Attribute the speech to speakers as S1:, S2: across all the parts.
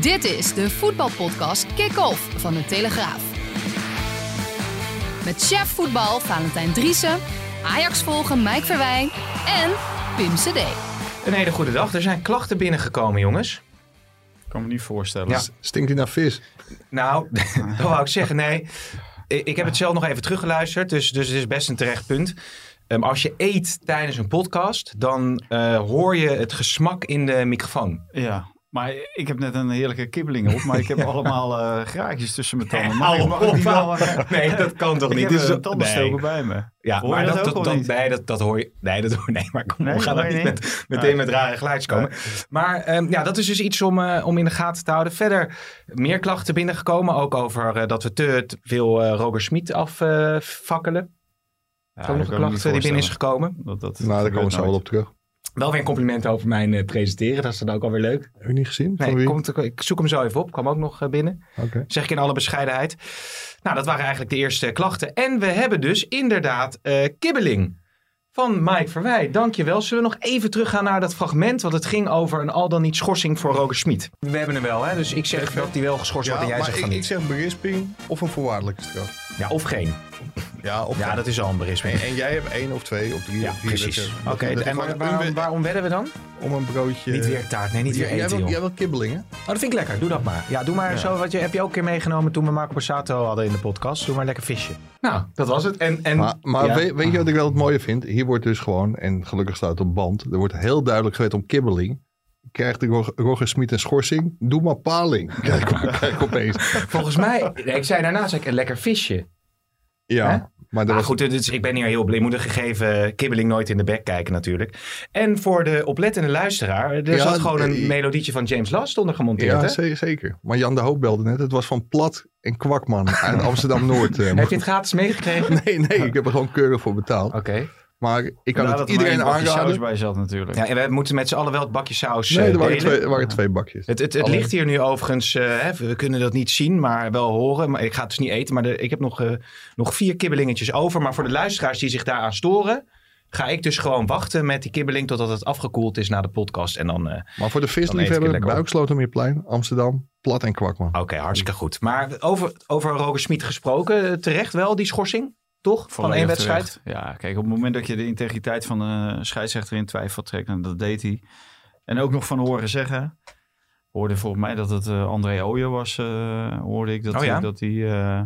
S1: Dit is de voetbalpodcast Kick-Off van de Telegraaf. Met chef voetbal Valentijn Driessen, Ajax volgen Mike Verwijn en Pim CD.
S2: Een hele goede dag. Er zijn klachten binnengekomen, jongens.
S3: Ik kan me niet voorstellen.
S2: Ja.
S4: Stinkt hij naar vis?
S2: Nou, dat wou ik zeggen. Nee, ik ik heb het zelf nog even teruggeluisterd. Dus, dus het is best een terecht punt. Ehm, als je eet tijdens een podcast, dan eh, hoor je het gesmak in de microfoon.
S3: Ja. Maar ik heb net een heerlijke kibbeling op, maar ik heb allemaal eh graagjes tussen mijn tanden. Maar
S2: hou
S3: ik mag
S2: op.
S3: die wel, eh,
S2: Nee, dat kan toch
S3: ik
S2: niet?
S3: heb eh,
S2: Dit is
S3: een
S2: zo-
S3: tandenstoker
S2: nee.
S3: bij me.
S2: Ja,
S3: Hoor
S2: maar
S3: je
S2: dat,
S3: dat
S2: dat,
S3: ook
S2: dat-
S3: al niet?
S2: nee, dat, dat hoor je. Nee, dat hoor, nee maar kom,
S3: Nee,
S2: we gaan
S3: hoor
S2: dat
S3: je
S2: niet
S3: niet?
S2: met, meteen met rare geluidjes komen. Maar ehm, ja, dat is dus iets om, eh, om in de gaten te houden. Verder meer klachten binnengekomen. Ook over eh, dat we te, te veel eh Roger Smit afvakkelen.
S3: Ja,
S2: Dat is ook nog
S3: ik
S2: een
S3: kan me
S2: klacht
S3: niet
S2: eh, die binnen is
S3: voorstellen.
S2: gekomen.
S3: Dat, dat,
S4: Nou, daar
S3: dat
S4: komen we zo wel op terug.
S2: Wel weer een compliment over mijn eh, presenteren. Dat is dan ook alweer leuk.
S4: Heb je niet gezien? Van
S2: Nee,
S4: wie?
S2: komt, ik zoek hem zo even op. Kwam ook nog eh, binnen.
S4: Oké.
S2: Zeg ik in alle bescheidenheid. Nou, dat waren eigenlijk de eerste klachten. En we hebben dus inderdaad eh, kibbeling van Mike Verwij. Dankjewel. Zullen we nog even teruggaan naar dat fragment? Want het ging over een al dan niet schorsing voor Roger Smit. We hebben hem wel, hè? Dus ik zeg dat hij wel geschorst
S4: Ja,
S2: wordt en jij
S4: maar
S2: zegt
S4: ik,
S2: van
S4: ik
S2: niet.
S4: zeg berisping of een voorwaardelijke straf.
S2: Ja, of geen.
S4: Ja, of
S2: Ja, dat is al een berisme.
S4: en, en jij hebt één of twee of drie
S2: Ja,
S4: of vier
S2: precies.
S4: wedstrijden.
S2: Oké,
S4: Dat- dat
S2: en
S4: we
S2: waar-
S4: gewoon
S2: waarom,
S4: een wed-
S2: waarom wedden we dan?
S4: om een broodje...
S2: Niet weer taart, nee, niet weer
S4: Jij- jij,
S2: eten,
S4: wil,
S2: joh.
S4: jij wil kibbelingen?
S2: Oh, dat vind ik lekker. Doe dat maar. Ja, doe maar zo. Wat je, heb je ook een keer meegenomen toen we Marco Borsato hadden in de podcast. Doe maar lekker visje. Nou, dat was het. En, en,
S4: Maar, maar
S2: ja.
S4: weet, weet je wat ik wel het mooie vind? Hier wordt dus gewoon, en gelukkig staat het op band, er wordt heel duidelijk gewet om kibbeling. Krijgt de Roger, Roger Smit een schorsing? Doe maar paling. Kijk, kijk opeens.
S2: Volgens mij, nee, ik zei daarna zei ik, een lekker visje. Hè?
S4: Ja, maar dat
S2: Maar
S4: was...
S2: Ah, goed, dit is- ik ben hier heel blij. Je moet een gegeven kibbeling nooit in de bek kijken natuurlijk. En voor de oplettende luisteraar, er
S4: Ja,
S2: zat gewoon een
S4: eh,
S2: melodietje van James Last onder gemonteerd.
S4: Ja,
S2: hè?
S4: ze- zeker. Maar Jan de Hoop belde net. Het was van Plat en Kwakman uit Amsterdam-Noord. eh,
S2: Heb je het gratis meegekregen?
S4: Nee, nee, ik heb er gewoon keurig voor betaald.
S2: Oké.
S4: Maar ik kan
S2: Nou,
S3: Vandaar
S4: het
S3: dat er maar
S4: iedereen
S3: één bakje saus
S4: aanraden.
S3: bij zat natuurlijk.
S2: Ja, en we moeten met z'n allen wel het bakje saus eh,
S4: Nee, er waren,
S2: delen.
S4: twee, er waren twee bakjes.
S2: Het, het, het
S4: Alleen.
S2: ligt hier nu overigens, eh, hè, we kunnen dat niet zien, maar wel horen. Maar ik ga het dus niet eten, maar de- ik heb nog, eh, nog vier kibbelingetjes over. Maar voor de luisteraars die zich daaraan storen, ga ik dus gewoon wachten met die kibbeling totdat het afgekoeld is na de podcast. En dan, eh,
S4: Maar voor de
S2: Dan eet ik
S4: visliefhebber,
S2: lekker op. Ah,
S4: Buikslotermeerplein, Amsterdam, Plat en Kwakman.
S2: oké, hartstikke goed. Maar over, over Roger Smit gesproken, eh, terecht wel die schorsing, toch? Van één
S3: Volledig
S2: wedstrijd.
S3: terecht. Ja, kijk, op het moment dat je de integriteit van de scheidsrechter in twijfel trekt, en dat deed hij. En ook nog van horen zeggen. Hoorde volgens mij dat het eh, André Ooyer was, eh, hoorde ik dat
S2: Oh
S3: hij
S2: ja?
S3: dat hij, eh,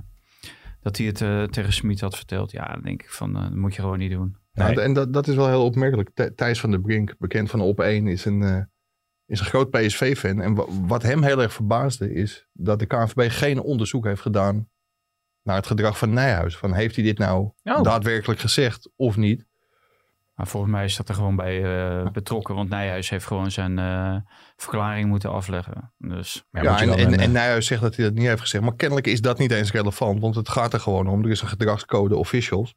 S3: dat hij het eh, tegen Smit had verteld. Ja, dan denk ik van, eh, dat moet je gewoon niet doen.
S4: Ja,
S2: Nee.
S4: Nou, en dat, dat is wel heel opmerkelijk. Thij- Thijs van der Brink, bekend van Op 1, is een, eh, is een groot PSV-fan. En wa- wat hem heel erg verbaasde is dat de KNVB geen onderzoek heeft gedaan naar het gedrag van Nijhuis. Van heeft hij dit nou
S2: Oh.
S4: daadwerkelijk gezegd of niet?
S3: Maar volgens mij is dat er gewoon bij eh, betrokken, want Nijhuis heeft gewoon zijn eh, verklaring moeten afleggen. Dus
S2: Ja,
S4: Ja,
S2: moet je
S4: en,
S2: wel
S4: en,
S2: een,
S4: en Nijhuis zegt dat hij dat niet heeft gezegd. Maar kennelijk is dat niet eens relevant, want het gaat er gewoon om. Er is een gedragscode officials.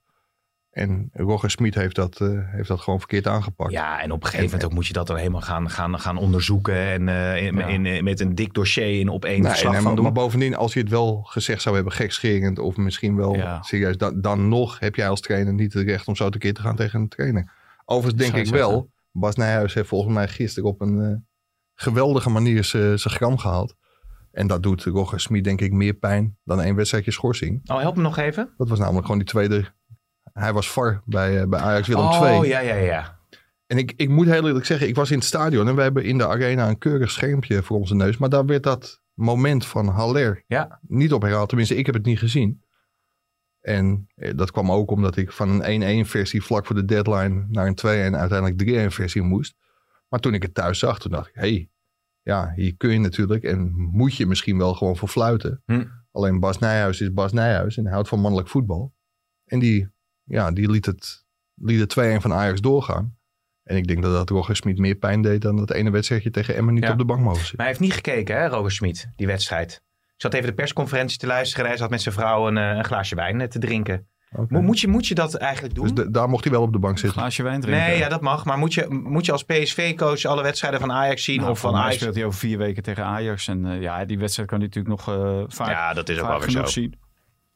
S4: En Roger Smit heeft dat, eh, heeft dat gewoon verkeerd aangepakt.
S2: Ja, en op een gegeven moment ook moet je dat dan helemaal gaan, gaan, gaan onderzoeken. En eh, in,
S3: Ja.
S2: in, eh, met een dik dossier in op één
S4: Nee,
S2: verslag
S4: nee,
S2: van
S4: Nou, maar,
S2: doen.
S4: maar bovendien, als je het wel gezegd zou hebben, gekscherend of misschien wel
S3: Ja.
S4: serieus, dan, dan nog heb jij als trainer niet het recht om zo tekeer te gaan tegen een trainer. Overigens denk
S3: Zou
S4: ik
S3: je zeggen.
S4: wel, Bas Nijhuis heeft volgens mij gisteren op een eh, geweldige manier zijn gram gehaald. En dat doet Roger Smit denk ik meer pijn dan één wedstrijdje schorsing.
S2: Oh, help me nog even.
S4: Dat was namelijk gewoon die tweede. Hij was VAR bij, eh, bij Ajax Willem
S2: oh,
S4: II.
S2: ja, ja, ja.
S4: En ik, ik moet heel eerlijk zeggen, ik was in het stadion en we hebben in de arena een keurig schermpje voor onze neus. Maar daar werd dat moment van Haller
S2: Ja.
S4: niet op herhaald. Tenminste, ik heb het niet gezien. En eh, dat kwam ook omdat ik van een 1-1 versie vlak voor de deadline naar een 2-1 en uiteindelijk 3-1 versie moest. Maar toen ik het thuis zag, toen dacht ik, hé, hey, ja, hier kun je natuurlijk en moet je misschien wel gewoon voor fluiten.
S2: Hm.
S4: Alleen Bas Nijhuis is Bas Nijhuis en hij houdt van mannelijk voetbal. En die, ja, die liet het, liet het 2-1 van Ajax doorgaan. En ik denk dat dat Roger Smit meer pijn deed dan dat ene wedstrijdje tegen Emmen niet
S2: Ja.
S4: op de bank mogen zitten.
S2: Maar hij heeft niet gekeken, hè, Roger Smit, die wedstrijd. Ik zat even de persconferentie te luisteren en hij zat met zijn vrouw een, eh, een glaasje wijn eh, te drinken.
S4: Oké.
S2: Mo- moet, je, moet je dat eigenlijk doen?
S4: Dus da- daar mocht hij wel op de bank
S3: Een
S4: zitten.
S3: glaasje wijn drinken.
S2: nee, ja, dat mag. Maar moet je, moet je als PSV-coach alle wedstrijden van Ajax zien
S3: Nou,
S2: of van
S3: volgens mij
S2: Ajax?
S3: speelt hij over vier weken tegen Ajax. En eh, ja, die wedstrijd kan hij natuurlijk nog eh, vaak,
S2: Ja, dat is ook wel
S3: vaak
S2: weer
S3: genoeg
S2: zo.
S3: zien.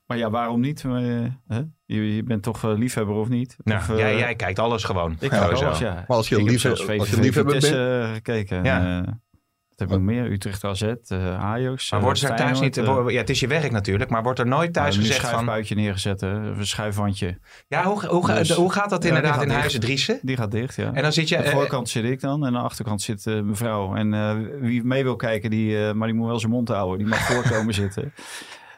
S3: Maar ja, waarom niet? Maar, eh, hè? Je, je bent toch eh, liefhebber of niet?
S2: Nou,
S3: Of, eh,
S2: jij, jij kijkt alles gewoon.
S3: Ik
S4: Ja,
S3: ja,
S2: zo.
S3: alles, ja.
S4: Maar als je
S3: ik heb
S4: liefhe-
S3: zelfs
S4: als je
S3: VVV
S4: liefhebber
S3: Vitesse, eh, gekeken.
S2: Ja.
S3: Ja. dat heb ik nog meer. Utrecht AZ, eh, Ajax.
S2: Maar
S3: eh,
S2: wordt er thuis
S3: Feyenoord,
S2: niet...
S3: eh,
S2: wo- ja, het is je werk natuurlijk, maar wordt er nooit thuis
S3: nou, nu
S2: gezegd van...
S3: schuifbuitje neergezet, hè. Of een schuifwandje.
S2: Ja, hoe, hoe, ga-
S3: Dus-
S2: de- hoe gaat dat
S3: Ja, die
S2: inderdaad
S3: gaat
S2: in
S3: dicht.
S2: Huizen Driessen?
S3: Die gaat dicht, ja.
S2: En dan zit je...
S3: Aan de
S2: eh,
S3: voorkant zit ik dan en aan de achterkant zit eh, mevrouw. En eh, wie mee wil kijken, die, eh, maar die moet wel zijn mond houden. Die mag voorkomen zitten.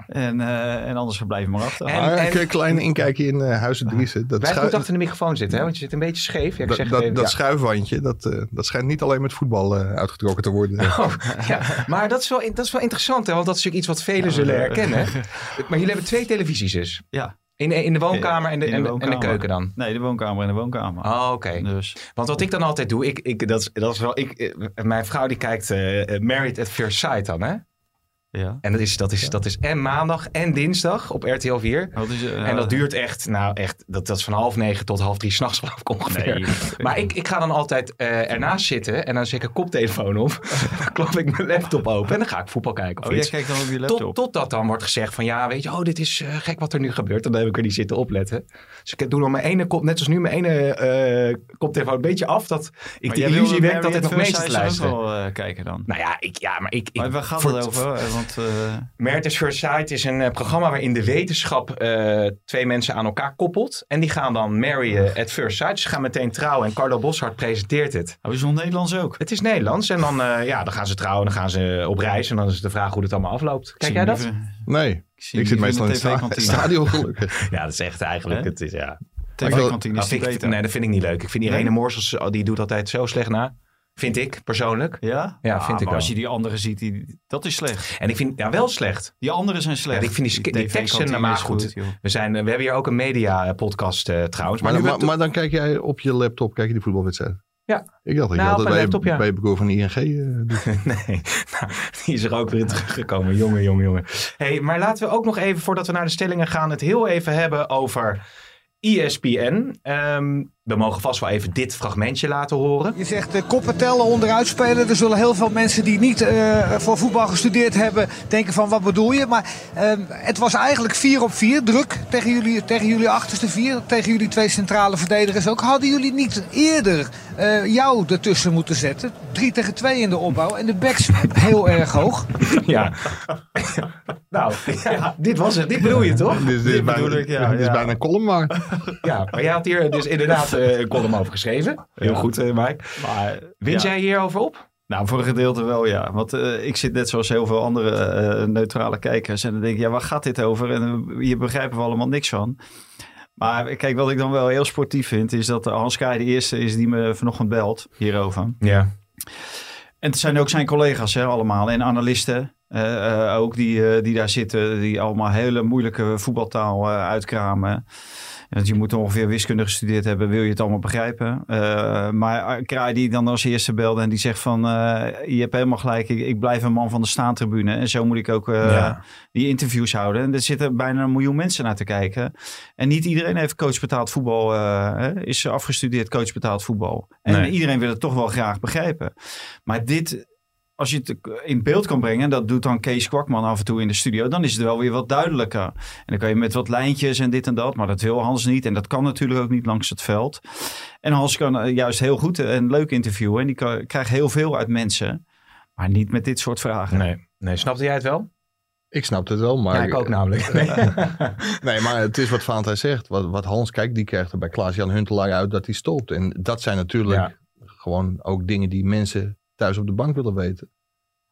S3: En, eh, en anders blijf maar achter.
S2: En-
S4: Maar een klein inkijkje in eh, Huizen Driessen. Dat,
S2: Blijf
S4: schui-
S2: goed achter de microfoon zitten, hè? want je zit een beetje scheef. Ja, ik
S4: dat,
S2: zeg
S4: dat,
S2: het even.
S4: dat
S2: Ja.
S4: schuifwandje, dat, eh, dat schijnt niet alleen met voetbal eh, uitgetrokken te worden.
S2: Oh, Ja, maar dat is, wel, in- dat is wel interessant, hè? want dat is natuurlijk iets wat velen zullen herkennen. Maar jullie hebben twee televisies dus.
S3: eh, Ja.
S2: In, in de woonkamer en de,
S3: In de
S2: en de, En de
S3: woonkamer.
S2: keuken dan.
S3: Nee, de woonkamer en de woonkamer.
S2: Oh, oké.
S3: Dus
S2: Want wat ik dan altijd doe, ik, ik, dat, is- dat is wel, ik, eh, mijn vrouw die kijkt eh, eh, Married at First Sight dan, hè?
S3: ja.
S2: En dat is, dat, is, dat is en maandag en dinsdag op RTL 4.
S3: Wat is, eh,
S2: En dat duurt echt, nou echt, dat, dat is van half negen tot half drie s'nachts geloof ik ongeveer.
S3: Nee,
S2: Maar ik, ik ga dan altijd eh, ernaast zitten en dan zet ik een koptelefoon op. dan klap ik mijn laptop open en dan ga ik voetbal kijken of
S3: Oh, jij
S2: iets.
S3: kijkt dan op je laptop.
S2: Tot, totdat dan wordt gezegd van ja, weet je, oh, dit is eh, gek wat er nu gebeurt. Dan heb ik er niet zitten opletten. Dus ik doe dan mijn ene kop, net als nu, mijn ene eh koptelefoon een beetje af. Dat ik
S3: Maar
S2: de
S3: jij wil
S2: illusie
S3: Mary
S2: wek dat
S3: at
S2: ik nog
S3: First
S2: mee zit te
S3: Sight zelf
S2: luisteren.
S3: wel eh, kijken dan.
S2: Nou ja, ik, ja, maar ik... ik
S3: Maar waar gaat
S2: voor-
S3: het over? Eh, Want eh,
S2: Merit is First Sight is een eh, programma waarin de wetenschap eh, twee mensen aan elkaar koppelt. En die gaan dan marryen at First Sight. Ze gaan meteen trouwen en Carlo Boshart presenteert het.
S3: oh, is het Nederlands ook?
S2: Het is Nederlands en dan, eh, ja, dan gaan ze trouwen, dan gaan ze op reis en dan is de vraag hoe het allemaal afloopt. Kijk
S3: zie
S2: jij
S3: hem
S2: dat?
S3: liever-
S4: Nee,
S3: zie hem
S4: ik zit meestal in het
S3: liever
S4: sta-
S3: de TV-kantine.
S4: stadion gelukkig.
S2: Ja, dat is echt eigenlijk,
S3: Hè?
S2: het is ja...
S3: TV-kantine
S2: Nou,
S3: is die
S2: vind ik-
S3: beter.
S2: nee, dat vind ik niet leuk. Ik vind Irene Morsels, oh, die doet altijd zo slecht na. Vind ik, persoonlijk.
S3: Ja? Ah,
S2: Ja, vind ik
S3: maar
S2: wel.
S3: als je die anderen ziet, die, dat is slecht.
S2: En ik vind, ja, wel slecht.
S3: Die anderen zijn slecht.
S2: Ja, ik vind die sk- die teksten
S3: TV-kantine
S2: maar
S3: is
S2: goed.
S3: joh.
S2: We, zijn, eh, we hebben hier ook een media-podcast eh, trouwens.
S4: Maar,
S2: nu
S4: dan-
S2: werd
S4: maar, maar dan kijk jij op je laptop, kijk je die voetbalwedstrijd.
S2: Ja.
S4: Ik dacht dat
S2: Nou,
S4: je
S2: op
S4: altijd
S2: mijn
S4: bij,
S2: laptop, ja.
S4: bij je broer van ING eh, doet.
S2: Nee, nou, die is er ook weer teruggekomen. Jongen, jongen, jongen. Hey, maar laten we ook nog even, voordat we naar de stellingen gaan, het heel even hebben over E ESPN. Ehm, we mogen vast wel even dit fragmentje laten horen.
S5: Je zegt eh, koppen tellen, onderuit spelen. Er zullen heel veel mensen die niet eh, voor voetbal gestudeerd hebben denken van wat bedoel je. Maar eh, het was eigenlijk 4 op 4 druk tegen jullie, tegen jullie achterste vier, tegen jullie twee centrale verdedigers ook. Hadden jullie niet eerder eh, jou ertussen moeten zetten? 3 tegen 2 in de opbouw en de backs heel erg hoog.
S2: Ja. nou, ja, dit was het. Dit bedoel je toch?
S4: Dit is- dit is bijna-
S3: bedoel ik, ja,
S4: dit is
S3: ja.
S4: bijna een column maar.
S2: Ja, maar jij had hier dus inderdaad eh, een column over geschreven. Heel
S3: Ja.
S2: goed, eh, Mike.
S3: Maar,
S2: Wint
S3: ja.
S2: jij hierover op?
S3: Nou, voor een gedeelte wel, ja. Want eh, ik zit net zoals heel veel andere eh, neutrale kijkers. En dan denk ik, ja, waar gaat dit over? En eh, hier begrijpen we allemaal niks van. Maar kijk, wat ik dan wel heel sportief vind, is dat eh, Hans Kaai de eerste is die me vanochtend belt hierover.
S2: Ja.
S3: En het zijn ook zijn collega's hè, allemaal en analisten eh, eh, ook die, eh, die daar zitten, die allemaal hele moeilijke voetbaltaal eh, uitkramen. Want je moet ongeveer wiskunde gestudeerd hebben, wil je het allemaal begrijpen. Eh, maar Kraai die dan als eerste belde en die zegt van, eh, je hebt helemaal gelijk, ik, ik blijf een man van de staantribune. En zo moet ik ook eh,
S2: Ja.
S3: die interviews houden. En er zitten bijna een miljoen mensen naar te kijken. En niet iedereen heeft coachbetaald voetbal, eh, hè, is afgestudeerd coachbetaald voetbal. En
S2: Nee.
S3: iedereen wil het toch wel graag begrijpen. Maar dit, als je het in beeld kan brengen, en dat doet dan Kees Kwakman af en toe in de studio, dan is het wel weer wat duidelijker. En dan kan je met wat lijntjes en dit en dat, maar dat wil Hans niet. En dat kan natuurlijk ook niet langs het veld. En Hans kan eh, juist heel goed en leuk interviewen. En die kan- krijgt heel veel uit mensen. Maar niet met dit soort vragen.
S2: Nee. Nee, snapte jij het wel?
S4: Ik snap het wel, maar...
S2: ja, ik ook namelijk.
S4: Nee, maar het is wat Valentijn zegt. Wat, wat Hans kijkt, die krijgt er bij Klaas-Jan Huntelaar uit dat hij stopt. En dat zijn natuurlijk
S2: Ja.
S4: gewoon ook dingen die mensen thuis op de bank willen weten.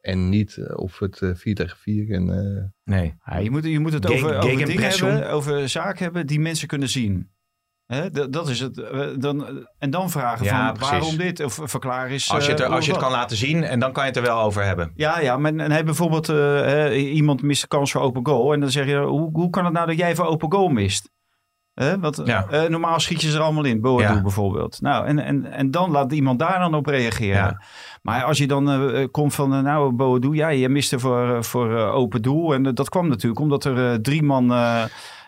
S4: En niet eh, of het eh 4 tegen 4 en... eh,
S2: Nee.
S3: Ja, je, moet, je moet het
S2: Gegen-
S3: over, over dingen
S2: gegenpressing.
S3: hebben, over zaken hebben die mensen kunnen zien. Hè, d- dat is het. Eh, Dan, en dan vragen
S2: Ja,
S3: van
S2: precies.
S3: waarom dit? Of verklaar eens.
S2: Als je het, er,
S3: eh,
S2: als je het
S3: wat.
S2: kan laten zien en dan kan je het er wel over hebben.
S3: Ja, ja. Maar, en hij bijvoorbeeld eh, hè, iemand mist de kans voor open goal. En dan zeg je, hoe, hoe kan het nou dat jij voor open goal mist? Hè, want
S2: Ja.
S3: eh, normaal schiet je ze er allemaal in. Boadu
S2: Ja.
S3: bijvoorbeeld. Nou, en, en, en dan laat iemand daar dan op reageren.
S2: Ja.
S3: Maar als je dan eh, eh, komt van, eh, nou Boadu, ja, je miste voor, eh, voor eh, open doel. En eh, dat kwam natuurlijk omdat er eh, drie man eh,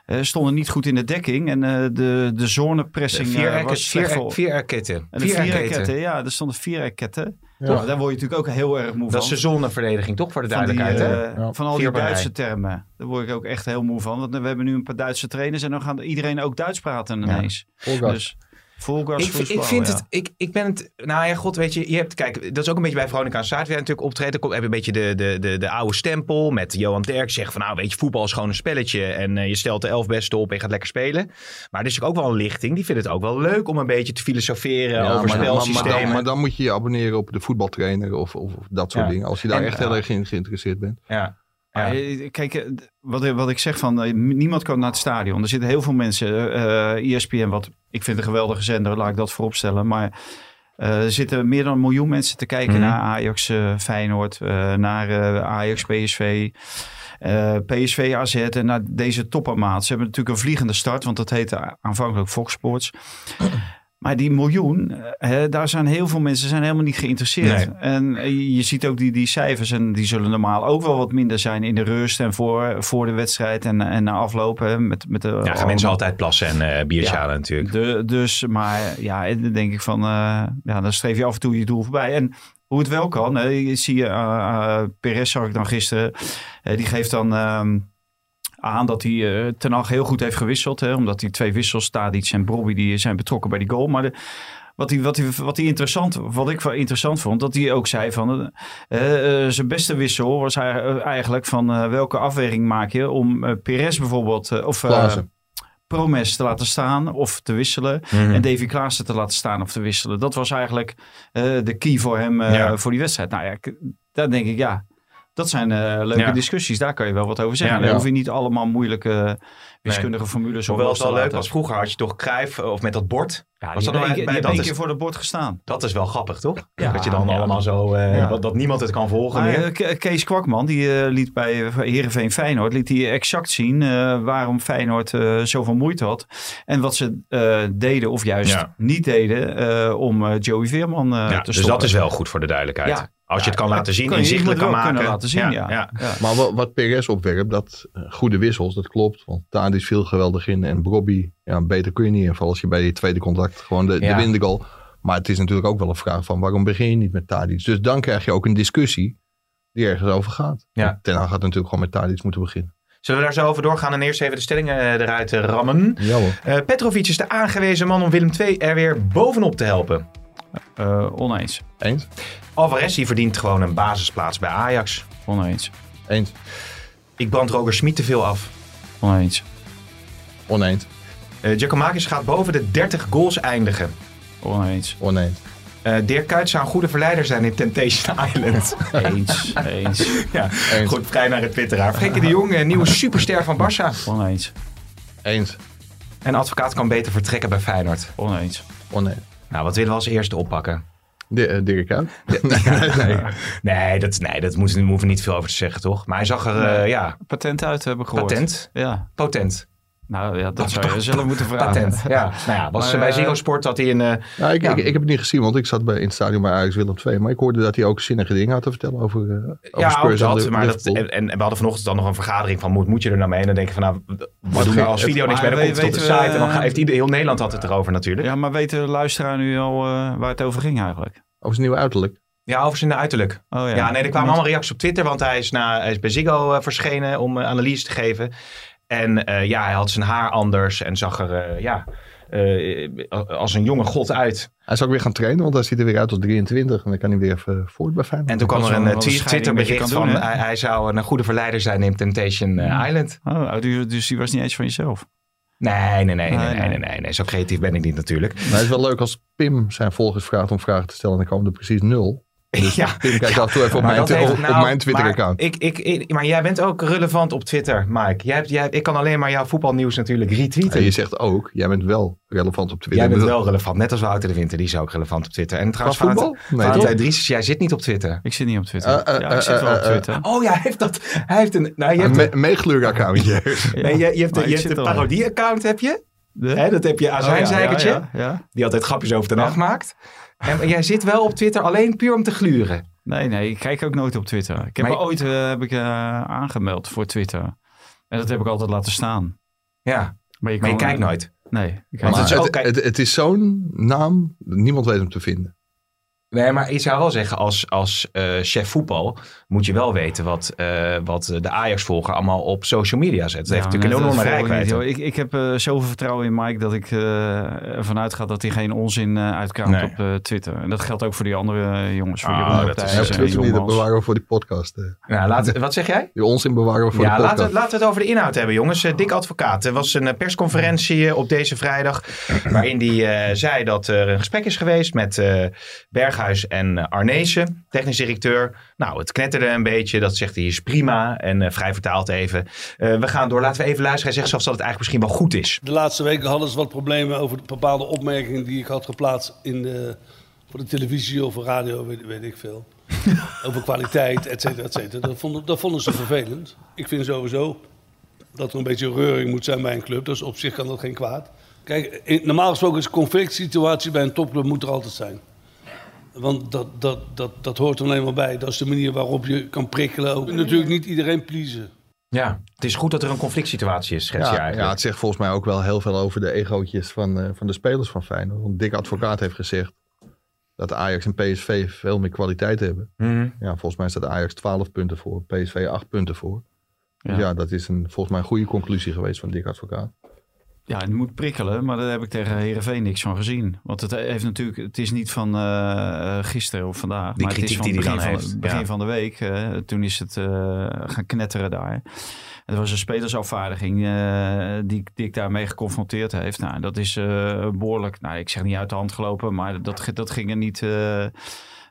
S3: eh, stonden niet goed in de dekking. En eh, de, de zonepressing
S2: Vier,
S3: eh,
S2: racket-
S3: was slecht
S2: vier,
S3: voor.
S2: vier raketten.
S3: en de
S2: vier
S3: vier
S2: raketten.
S3: raketten, ja, er stonden vier raketten.
S4: Ja.
S3: Nou, daar word je natuurlijk ook heel erg moe
S2: Dat is
S3: van.
S2: de zonneverdediging, toch? Voor de
S3: van, die,
S2: duidelijkheid. hè?
S3: eh,
S4: Ja.
S3: van al die
S2: Vier bij mij.
S3: Duitse termen. Daar word ik ook echt heel moe van. Want we hebben nu een paar Duitse trainers en dan gaan iedereen ook Duits praten
S2: Ja.
S3: ineens.
S4: Volgas.
S3: Dus volgas
S2: ik, v- ik
S3: voetbal,
S2: vind
S3: ja.
S2: het, ik, ik ben het, nou ja, god, weet je, je hebt, kijk, dat is ook een beetje bij Veronica en Saart weer natuurlijk optreden. Kom, heb je een beetje de, de, de, de oude stempel met Johan Derk. Zegt van, nou weet je, voetbal is gewoon een spelletje. En eh, je stelt de elf beste op en je gaat lekker spelen. Maar er is ook wel een lichting, die vindt het ook wel leuk om een beetje te filosoferen
S4: Ja,
S2: over
S4: maar, dan- maar, maar,
S2: spelsystemen.
S4: dan, maar dan moet je je abonneren op de voetbaltrainer of, of, of dat soort
S2: Ja.
S4: dingen. Als je daar
S2: En-
S4: echt heel erg in geïnteresseerd bent.
S2: ja. Ja.
S3: Maar, eh, Kijk, eh, d- wat, wat ik zeg van eh, niemand kan naar het stadion. Er zitten heel veel mensen. eh ESPN, wat ik vind een geweldige zender, laat ik dat vooropstellen. Maar eh, er zitten meer dan een miljoen mensen te kijken
S2: Mhm.
S3: naar Ajax, eh, Feyenoord, eh, naar eh, Ajax, PSV. eh, PSV AZ en naar deze toppermaat. Ze hebben natuurlijk een vliegende start, want dat heette a- aanvankelijk Fox Sports. Maar die miljoen, eh, hè, daar zijn heel veel mensen zijn helemaal niet geïnteresseerd.
S2: Nee.
S3: En eh, je- je ziet ook die, die cijfers en die zullen normaal ook wel wat minder zijn in de rust en voor, voor de wedstrijd en, en na afloop. Hè, met, met de,
S2: Ja, gaan mensen altijd plassen en eh biertje
S3: Ja.
S2: halen natuurlijk.
S3: de, dus, maar ja, en dan denk ik van, eh, ja, dan streef je af en toe je doel voorbij. En hoe het wel kan, hè, je zie je, eh eh, Perez zag ik dan gisteren, eh, die geeft dan ehm, aan dat hij eh, ten Hag heel goed heeft gewisseld. Hè, omdat die twee wissels, Tadic en Bobby, die zijn betrokken bij die goal. Maar de, wat hij, wat, hij, wat, hij interessant, wat ik wel interessant vond, dat hij ook zei van... eh, eh, zijn beste wissel was hij, eh, eigenlijk van eh, welke afweging maak je om eh, Perez bijvoorbeeld... eh, of eh,
S4: Klaassen.
S3: Promes te laten staan of te wisselen.
S2: Mhm.
S3: En Davy Klaassen te laten staan of te wisselen. Dat was eigenlijk eh, de key voor hem eh,
S2: Ja.
S3: voor die wedstrijd. Nou ja, k- daar denk ik ja. Dat zijn eh, leuke
S2: Ja.
S3: discussies. Daar kan je wel wat over zeggen.
S2: Ja,
S3: Dan
S4: ja.
S3: hoef je niet allemaal moeilijke eh, wiskundige formules op
S2: Hoewel
S3: los
S2: het wel
S3: te
S2: leuk
S3: laten.
S2: was, vroeger had je toch Cruijff, eh, of met dat bord.
S3: Ja,
S2: Was
S3: die
S2: dat nou
S3: hebben één keer-
S2: bij- dat
S3: die hebben één
S2: is-
S3: keer voor het bord gestaan.
S2: Dat is wel grappig, toch?
S3: Ja,
S2: dat je dan
S3: ja.
S2: allemaal zo, eh,
S3: Ja.
S2: dat, dat niemand het kan volgen
S3: Maar,
S2: meer.
S3: eh, Ke- Kees Kwakman, die eh, liet bij eh, Heerenveen Feyenoord, liet hij exact zien eh, waarom Feyenoord eh, zoveel moeite had. En wat ze eh, deden of juist
S2: Ja.
S3: niet deden eh, om eh, Joey Veerman eh,
S2: Ja,
S3: te
S2: dus
S3: stoppen.
S2: dat is wel goed voor de duidelijkheid.
S3: Ja.
S2: Als je het kan
S3: Ja,
S2: laten zien,
S3: kan je- je
S2: inzichtelijk
S3: moet
S2: kan
S3: het wel
S2: maken.
S3: kunnen laten zien, ja.
S4: Maar wat, wat PRS opwerpt, dat eh, goede wissels, dat klopt. Want Tadic viel geweldig in en Bobby, ja, beter kun je niet invallen als je bij je tweede contact gewoon de,
S2: Ja.
S4: de winnende goal. Maar het is natuurlijk ook wel een vraag van waarom begin je niet met Tadic? Dus dan krijg je ook een discussie die ergens over gaat.
S2: Ja.
S4: Want Ten Hag had natuurlijk gewoon met Tadic moeten beginnen.
S2: Zullen we daar zo over doorgaan en eerst even de stellingen eh, eruit eh, rammen?
S4: Ja hoor.
S2: Eh, Petrovic is de aangewezen man om Willem II er weer bovenop te helpen.
S3: Eh, oneens.
S4: Eens?
S2: Alvarez die verdient gewoon een basisplaats bij Ajax.
S3: Oneens.
S4: Eens.
S2: Ik brand Roger Smit te veel af.
S3: Oneens.
S4: Oneens.
S2: Eh Giacomakis gaat boven de 30 goals eindigen.
S3: Oneens.
S4: Oneens.
S2: Eh Dirk Kuyt zou een goede verleider zijn in Temptation Island.
S3: Eens. Eens.
S2: ja,
S4: Eens.
S2: goed, vrij naar het twitteraar. Frenkie de Jong, eh, nieuwe superster van Barça.
S3: Oneens.
S4: Eens.
S2: En advocaat kan beter vertrekken bij Feyenoord.
S3: Oneens.
S4: Oneens.
S2: Nou, wat willen we als eerste oppakken?
S4: Di- eh, Dirk uit.
S2: nee, nee, dat, nee, dat moeten daar hoeven we niet veel over te zeggen, toch? Maar hij zag er, eh, ja,
S3: Patent uit hebben gehoord.
S2: patent.
S3: Ja.
S2: Potent.
S3: Nou ja, dat zou je zelf moeten vragen.
S2: Patent. Ja. Nou ja, was
S3: Maar,
S2: bij
S3: eh,
S2: Ziggo Sport dat hij een. eh,
S4: Nou, ik,
S2: Ja.
S4: ik, ik heb het niet gezien, want ik zat bij, in het stadion bij Ajax Willem II. Maar ik hoorde dat hij ook zinnige dingen had te vertellen over, eh over
S2: ja, ook
S4: Spurs en
S2: dat.
S4: Li-
S2: Maar dat
S4: Liverpool.
S2: en, en we hadden vanochtend dan nog een vergadering van moet, moet je er nou mee? En dan denk je van nou, wat doen we
S4: ging-
S2: als
S4: het-
S2: video niks
S3: maar
S2: meer? Dan
S3: we-
S2: komt het op de
S3: weten
S2: site
S3: we-
S2: en dan ga- heeft ieder, heel Nederland had het erover natuurlijk. Ja,
S3: Ja, maar weet de luisteraar nu al eh, waar het over ging eigenlijk?
S4: Over zijn nieuwe uiterlijk.
S2: over zijn uiterlijk.
S3: Oh
S2: Ja, nee, er kwamen allemaal reacties op Twitter, want hij is, na, hij is bij Ziggo eh, verschenen om eh, analyse te geven. En eh, ja, hij had zijn haar anders en zag er, eh, ja, eh, als een jonge god uit.
S4: Hij zou ook weer gaan trainen, want hij ziet er weer uit als 23. En dan kan hij weer even voort bij Feyenoord.
S2: En toen kwam
S3: Dat
S2: er
S3: is
S2: een
S3: wel-
S2: eh,
S3: wel
S2: twi-
S3: een scheiding wat je
S2: Twitter-bericht
S3: kan
S2: van eh,
S3: doen, hè?
S2: hij, hij zou een goede verleider zijn in Temptation eh,
S3: Ja.
S2: Island.
S3: Oh, dus, dus die was niet eens van jezelf.
S2: Nee nee nee nee, nee,
S3: Nee,
S2: nee, nee,
S3: nee.
S2: nee, Zo creatief ben ik niet natuurlijk.
S4: Maar het is wel leuk als Pim zijn volgers vraagt om vragen te stellen. En dan komen er precies nul.
S2: ja.
S4: Pim kijkt af en toe even op
S2: Maar
S4: mijn,
S2: dat
S4: twi-
S2: heeft-
S4: op, op
S2: nou,
S4: mijn Twitter-account.
S2: Maar, ik, ik, ik- maar jij bent ook relevant op Twitter, Mike. Jij hebt, jij, ik kan alleen maar jouw voetbalnieuws natuurlijk retweeten.
S4: En je zegt ook, jij bent wel relevant op Twitter.
S2: jij bent
S4: Ik bedoel,
S2: wel relevant. Net als Wouter de Winter, die is ook relevant op Twitter. En
S4: Qua
S2: trouwens,
S4: voetbal? Nee, toch?
S2: Valentijn Dries, jij zit niet op Twitter.
S3: Ik zit niet op Twitter.
S4: Eh, eh,
S3: ja, ik zit
S4: eh,
S3: wel op
S4: eh,
S3: Twitter.
S2: Oh ja, hij heeft dat. Hij heeft een. Nou, je
S4: Een
S2: hebt,
S4: me- meegleur-accountje.
S2: nee, je, je hebt,
S3: Ah, maar
S2: een- je
S3: ik
S2: hebt
S3: zit
S2: een
S3: al.
S2: parodie-account, heb je?
S3: De-
S2: Hè, dat heb je aan
S3: Oh,
S2: zijn
S3: ja,
S2: zeikertje,
S3: Ja, ja, ja.
S2: die altijd grapjes over de nacht maakt. En jij zit wel op Twitter alleen puur om te gluren.
S3: Nee, nee, ik kijk ook nooit op Twitter. Ik heb
S2: Maar-
S3: me ooit eh, heb ik, eh, aangemeld voor Twitter. En dat heb ik altijd laten staan.
S2: Ja,
S3: Maar je,
S2: maar je
S3: kan-
S2: kijkt nooit.
S3: Nee. ik kijk
S4: Maar
S2: het
S4: het,
S2: is
S3: nooit.
S2: ook-
S4: het, het, is zo'n naam, niemand weet hem te vinden.
S2: Nee, maar ik zou wel zeggen, als, als eh, chef voetbal moet je wel weten wat, eh, wat de Ajax-volger allemaal op social media zet. Dat heeft
S3: Ja,
S2: natuurlijk
S3: nee,
S2: een
S3: dat
S2: enorme
S3: volg ik niet,
S2: rijkwijde.
S3: joor. Ik, ik heb eh, zoveel vertrouwen in Mike dat ik eh, ervan uitga dat hij geen onzin eh, uitkraamt
S2: Nee.
S3: op eh, Twitter. En dat geldt ook voor die andere eh, jongens. Voor
S2: Ah,
S3: Jeroen
S2: dat
S3: Baptijs
S2: is-
S4: Op
S3: en
S4: Twitter niet, dat
S3: Jommels.
S4: bewaren we voor die podcast. eh.
S2: Nou, laten, wat zeg jij?
S4: Die onzin bewaren we voor
S2: Ja,
S4: de podcast.
S2: laten, we- laten we het over de inhoud hebben, jongens. Eh, Dick Advocaat. Er was een eh, persconferentie eh, op deze vrijdag. waarin hij eh, zei dat er een gesprek is geweest met eh, Berghuis en eh, Arnezen, technisch directeur. Nou, het knetterde een beetje. Dat zegt hij is prima. En eh, vrij vertaald even. Eh, we gaan door. Laten we even luisteren. Hij zegt zelfs dat het eigenlijk misschien wel goed is.
S6: De laatste weken hadden ze wat problemen over bepaalde opmerkingen die ik had geplaatst in de, voor de televisie of voor radio, weet, weet ik veel. over kwaliteit, et cetera, et cetera. Dat vonden, dat vonden ze vervelend. Ik vind sowieso dat er een beetje reuring moet zijn bij een club, dus op zich kan dat geen kwaad. Kijk, in- normaal gesproken is een conflict situatie bij een topclub moet er altijd zijn. Want dat, dat, dat, dat hoort er alleen maar bij. Dat is de manier waarop je kan prikkelen. Ook natuurlijk niet iedereen pleasen.
S2: Ja, het is goed dat er een conflict situatie is, schets je
S4: Ja, ja,
S2: eigenlijk.
S4: het zegt volgens mij ook wel heel veel over de egootjes van, eh, van de spelers van Feyenoord. Want Dick Advocaat heeft gezegd dat Ajax en PSV veel meer kwaliteit hebben.
S2: Mhm.
S4: Ja, volgens mij staat Ajax 12 punten voor, PSV 8 punten voor. Ja,
S3: Ja.
S4: ja dat is een, volgens mij een goede conclusie geweest van Dick Advocaat.
S3: Ja, het moet prikkelen, maar daar heb ik tegen Herenveen niks van gezien. Want het heeft natuurlijk, het is niet van eh, eh, gisteren of vandaag.
S2: Die
S3: maar het is
S2: kritiek
S3: van
S2: die hij
S3: begin,
S2: dan
S3: van,
S2: heeft,
S3: begin
S2: ja.
S3: van de week. eh, toen is het eh, gaan knetteren daar. Het was een spelersafvaardiging eh, die, die ik daarmee geconfronteerd heeft. Nou, dat is eh, behoorlijk, nou, ik zeg niet uit de hand gelopen, maar dat, ge- dat ging er niet eh,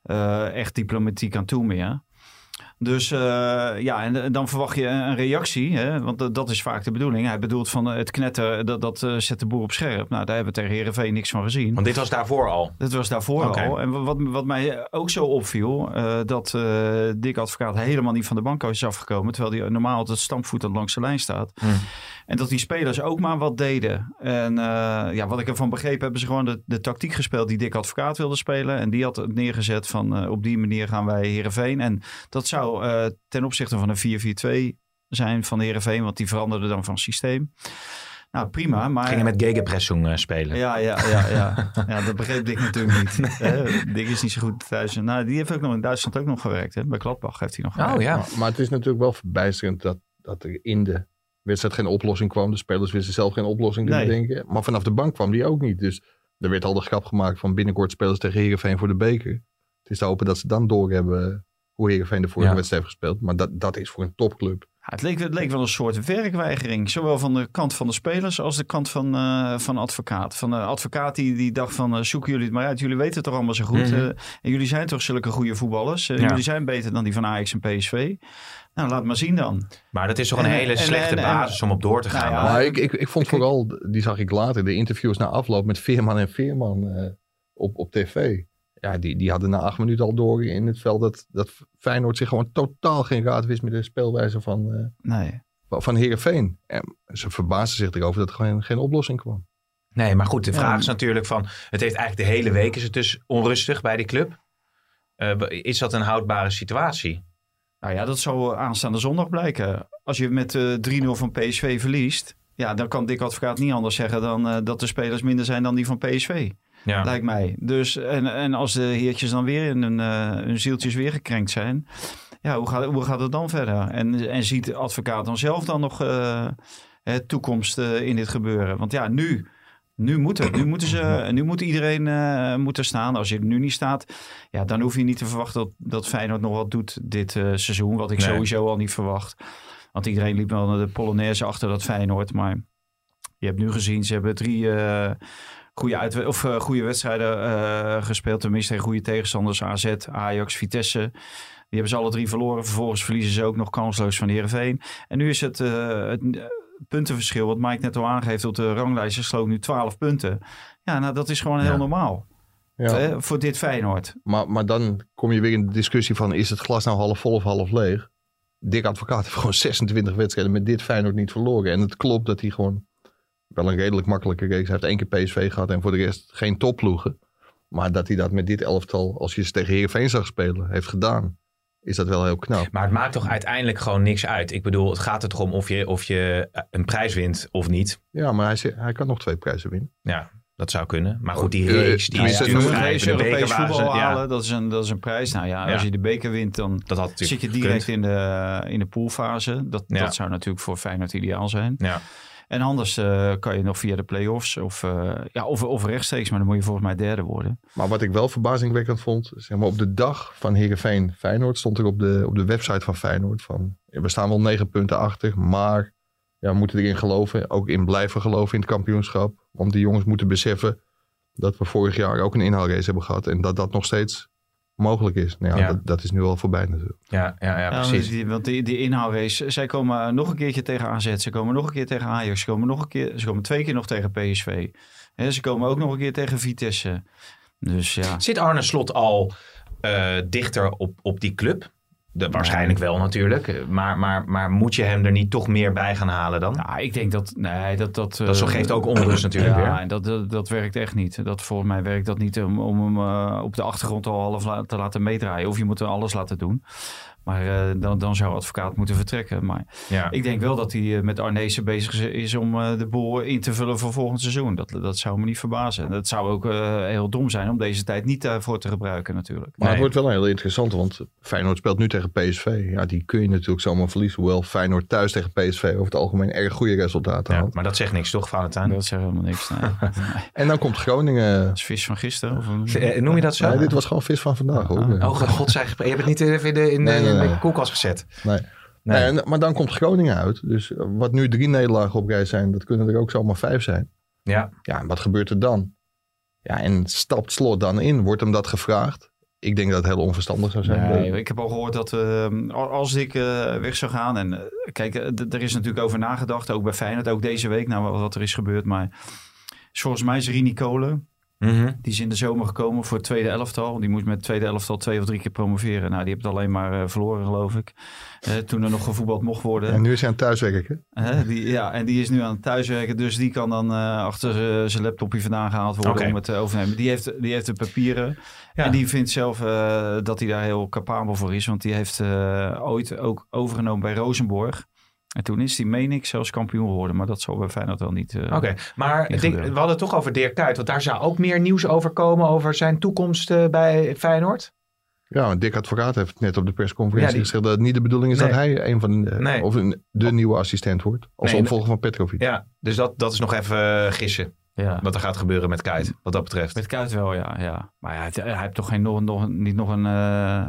S3: eh, echt diplomatiek aan toe meer. Dus eh, ja, en eh, dan verwacht je een reactie, hè? want eh, dat- dat is vaak de bedoeling. Hij bedoelt van eh, het knetten, dat, dat eh, zet de boer op scherp. Nou, daar hebben we tegen Heerenveen niks van gezien.
S2: Want dit was daarvoor al.
S3: Dat was daarvoor
S2: Oké.
S3: al. En wa- wat, wat mij ook zo opviel, eh, dat eh Dick Advocaat helemaal niet van de bank is afgekomen. Terwijl hij normaal altijd stampvoetend langs de lijn staat.
S2: Hm.
S3: En dat die spelers ook maar wat deden. En eh, ja, wat ik ervan begreep, hebben ze gewoon de, de tactiek gespeeld die Dick Advocaat wilde spelen. En die had het neergezet van eh, op die manier gaan wij Heerenveen. En dat zou eh, ten opzichte van een 4-4-2 zijn van Heerenveen. Want die veranderde dan van systeem. Nou, prima. Maar
S2: Gingen met Gegenpressung eh, spelen.
S3: ja, ja, ja, ja. ja dat begreep Dick natuurlijk niet. Eh, Dick is niet zo goed thuis. Nou, die heeft ook nog in Duitsland ook nog gewerkt. Hè? Bij Gladbach heeft hij nog gewerkt.
S2: Oh ja.
S4: Maar, maar het is natuurlijk wel verbijsterend dat, dat er in de wedstrijd geen oplossing kwam. De spelers wisten zelf geen oplossing te
S3: Nee.
S4: bedenken. Maar vanaf de bank kwam die ook niet. Dus er werd al de grap gemaakt van binnenkort spelers tegen Heerenveen voor de beker. Het is te hopen dat ze dan doorhebben hoe Heerenveen de vorige
S2: Ja.
S4: wedstrijd heeft gespeeld. Maar dat, dat is voor een topclub.
S3: Ja, het, leek, het leek wel een soort werkweigering. Zowel van de kant van de spelers als de kant van, eh, van de advocaat. Van de advocaat die, die dacht van eh, zoeken jullie het maar uit. Jullie weten het toch allemaal zo goed.
S2: Mhm.
S3: eh, en jullie zijn toch zulke goede voetballers. Eh,
S2: Ja.
S3: Jullie zijn beter dan die van Ajax en PSV. Nou, laat maar zien dan.
S2: Maar dat is toch een
S3: En-
S2: hele
S3: en-
S2: slechte
S3: en- en-
S2: basis om op door te
S3: Nou
S2: gaan.
S3: ja.
S2: hoor.
S4: maar ik, ik, ik vond
S3: ik-
S4: vooral, die zag ik later, de interviews na afloop met Veerman en Veerman eh, op, op tv. Ja, die, die hadden na acht minuten al door in het veld dat, dat Feyenoord zich gewoon totaal geen raad wist met de speelwijze van, eh,
S3: Nee.
S4: van Heerenveen. En ze verbaasden zich erover dat er gewoon geen oplossing kwam.
S2: Nee, maar goed, de vraag
S3: Ja.
S2: is natuurlijk van... Het heeft eigenlijk de hele week is het dus onrustig bij die club. Eh, is dat een houdbare situatie?
S3: Nou ja, dat zal aanstaande zondag blijken. Als je met eh, 3-0 van PSV verliest, ja, dan kan Dick Advocaat niet anders zeggen dan eh, dat de spelers minder zijn dan die van PSV.
S2: Ja.
S3: Lijkt mij. Dus, en, en als de heertjes dan weer in hun, eh, hun zieltjes weer gekrenkt zijn, ja, hoe gaat, hoe gaat het dan verder? En, en ziet de advocaat dan zelf dan nog eh, eh, toekomst eh, in dit gebeuren? Want ja, nu, nu moet het. Nu, moeten ze, nu moet iedereen eh, moet er staan. Als je er nu niet staat, ja, dan hoef je niet te verwachten dat, dat Feyenoord nog wat doet dit eh, seizoen. Wat ik
S2: Nee.
S3: sowieso al niet verwacht. Want iedereen liep wel de Polonaise achter dat Feyenoord. Maar je hebt nu gezien, ze hebben drie eh, goede, uitwe- of, eh, goede wedstrijden eh, gespeeld. Tenminste, tegen goede tegenstanders. AZ, Ajax, Vitesse. Die hebben ze alle drie verloren. Vervolgens verliezen ze ook nog kansloos van Heerenveen. En nu is het, eh, het eh, puntenverschil, wat Mike net al aangeeft op de ranglijst, ze sloot nu 12 punten. Ja, nou dat is gewoon heel
S2: Ja.
S3: normaal hè, voor dit Feyenoord.
S4: Maar, maar dan kom je weer in de discussie van is het glas nou half vol of half leeg? Dick Advocaat heeft gewoon 26 wedstrijden met dit Feyenoord niet verloren. En het klopt dat hij gewoon wel een redelijk makkelijke reeks. Hij heeft één keer PSV gehad en voor de rest geen topploegen. Maar dat hij dat met dit elftal, als je ze tegen Heerenveen zag spelen, heeft gedaan, is dat wel heel knap.
S2: Maar het maakt toch uiteindelijk gewoon niks uit. Ik bedoel, het gaat er toch om of je, of je eh, een prijs wint of niet.
S4: Ja, maar hij, zit- hij kan nog twee prijzen winnen.
S2: Ja, dat zou kunnen. Maar goed, die
S4: Eh,
S2: reeks, die
S4: nou
S2: is
S4: ja,
S2: natuurlijk
S4: we
S2: vrij.
S3: Europees,
S2: De beker
S3: Europees
S2: waren ze-
S3: voetbal
S2: ja,
S3: halen, dat, is een, dat is een prijs. Nou ja, als
S2: Ja.
S3: je de beker wint, dan
S2: dat had natuurlijk
S3: zit je direct
S2: gekund.
S3: in de, in de poolfase. Dat,
S2: Ja.
S3: dat zou natuurlijk voor Feyenoord ideaal zijn.
S2: Ja.
S3: En anders eh, kan je nog via de play-offs of, eh, ja, of, of rechtstreeks, maar dan moet je volgens mij derde worden.
S4: Maar wat ik wel verbazingwekkend vond, zeg maar op de dag van Heerenveen Feyenoord stond er op de, op de website van Feyenoord van, ja, we staan wel negen punten achter, maar ja, we moeten erin geloven, ook in blijven geloven in het kampioenschap. Want die jongens moeten beseffen dat we vorig jaar ook een inhaalrace hebben gehad en dat dat nog steeds mogelijk is. Nou ja,
S2: Ja.
S4: Dat, dat is nu al voorbij natuurlijk.
S2: Ja, ja, ja,
S3: Ja, want
S2: precies.
S3: Die, want die, die inhaalrace, eh, zij komen nog een keertje tegen AZ, ze komen nog een keer tegen Ajax, ze komen, nog een keer, ze komen twee keer nog tegen PSV. Hè, ze komen ook nog een keer tegen Vitesse. Dus ja,
S2: Zit Arne Slot al eh, dichter op, op die club? De, waarschijnlijk wel natuurlijk. Eh, Maar, maar, maar moet je hem er niet toch meer bij gaan halen dan?
S3: nou, ik denk dat... Nee, dat, dat,
S2: dat zo
S3: eh,
S2: geeft ook onrust natuurlijk
S3: ja,
S2: weer.
S3: en dat, dat, dat werkt echt niet. Dat volgens mij werkt dat niet om, om hem eh, op de achtergrond al half la- te laten meedraaien. Of je moet er alles laten doen. Maar eh, dan, dan zou advocaat moeten vertrekken. Maar
S2: Ja.
S3: ik denk wel dat hij eh, met Arnezen bezig is, is om eh, de boel in te vullen voor volgend seizoen. Dat, dat zou me niet verbazen. Dat zou ook eh, heel dom zijn om deze tijd niet daarvoor te gebruiken natuurlijk.
S2: Nee.
S4: Maar het wordt wel heel interessant, want Feyenoord speelt nu tegen PSV. Ja, die kun je natuurlijk zomaar verliezen. Hoewel Feyenoord thuis tegen PSV over het algemeen erg goede resultaten
S2: Ja,
S4: haalt.
S2: Oh. maar dat zegt niks toch, Valentijn?
S3: Dat zegt helemaal niks. Nee. dat
S4: En dan komt Groningen.
S3: is vis van gisteren. Of een...
S2: Eh, Noem je dat zo?
S4: Nee, dit was gewoon vis van vandaag hoor.
S3: Ah,
S2: Oh, god zij je hebt het niet eh, even in de, in de,
S4: Nee, nee,
S2: in de
S4: nee.
S2: koelkast gezet.
S4: Nee.
S2: Nee.
S4: En- maar dan komt Groningen uit. Dus eh, wat nu drie nederlagen op rij zijn, dat kunnen er ook zomaar vijf zijn.
S2: Ja,
S4: Ja, en wat gebeurt er dan? Ja, en stapt Slot dan in? Wordt hem dat gevraagd? Ik denk dat het heel onverstandig zou zijn.
S3: Nee, ik heb al gehoord dat eh, als ik eh, weg zou gaan. En eh, kijk, eh, d- er is natuurlijk over nagedacht, ook bij Feyenoord, ook deze week, nou wat- wat er is gebeurd. Maar is volgens mij is Rini Kolen,
S2: Mhm.
S3: die is in de zomer gekomen voor het tweede elftal. Die moest met het tweede elftal twee of drie keer promoveren. Nou, die heeft het alleen maar eh, verloren, geloof ik. Eh, toen er nog gevoetbald mocht worden.
S4: En nu is hij aan het thuiswerken.
S3: Hè, die, ja, en die is nu aan het thuiswerken, dus die kan dan eh, achter eh, zijn laptopje vandaan gehaald worden
S2: Oké.
S3: om het te overnemen. Die heeft, die heeft de papieren
S2: Ja.
S3: en die vindt zelf eh, dat hij daar heel capabel voor is, want die heeft eh, ooit ook overgenomen bij Rosenborg. En toen is die, meen ik, zelfs kampioen geworden, maar dat zal bij Feyenoord wel niet. eh,
S2: oké. Maar
S3: Niet
S2: Dick- we
S3: gebeuren.
S2: hadden het toch over Dirk Kuyt. Want daar zou ook meer nieuws over komen over zijn toekomst eh, bij Feyenoord.
S4: Ja, want Dick Advocaat heeft net op de persconferentie
S2: Ja, die-
S4: gezegd dat het niet de bedoeling is
S2: Nee.
S4: dat hij een van de,
S2: Nee. Oh.
S4: of een, de nieuwe assistent wordt. Als
S2: Nee,
S4: opvolger van Petrovic.
S2: Ja, dus dat, dat is nog even eh, gissen
S3: ja.
S2: wat er gaat gebeuren met Kuyt, wat dat betreft.
S3: Met Kuit wel, ja. ja. Maar ja, hij, hij heeft toch geen, nog, nog, niet nog een eh,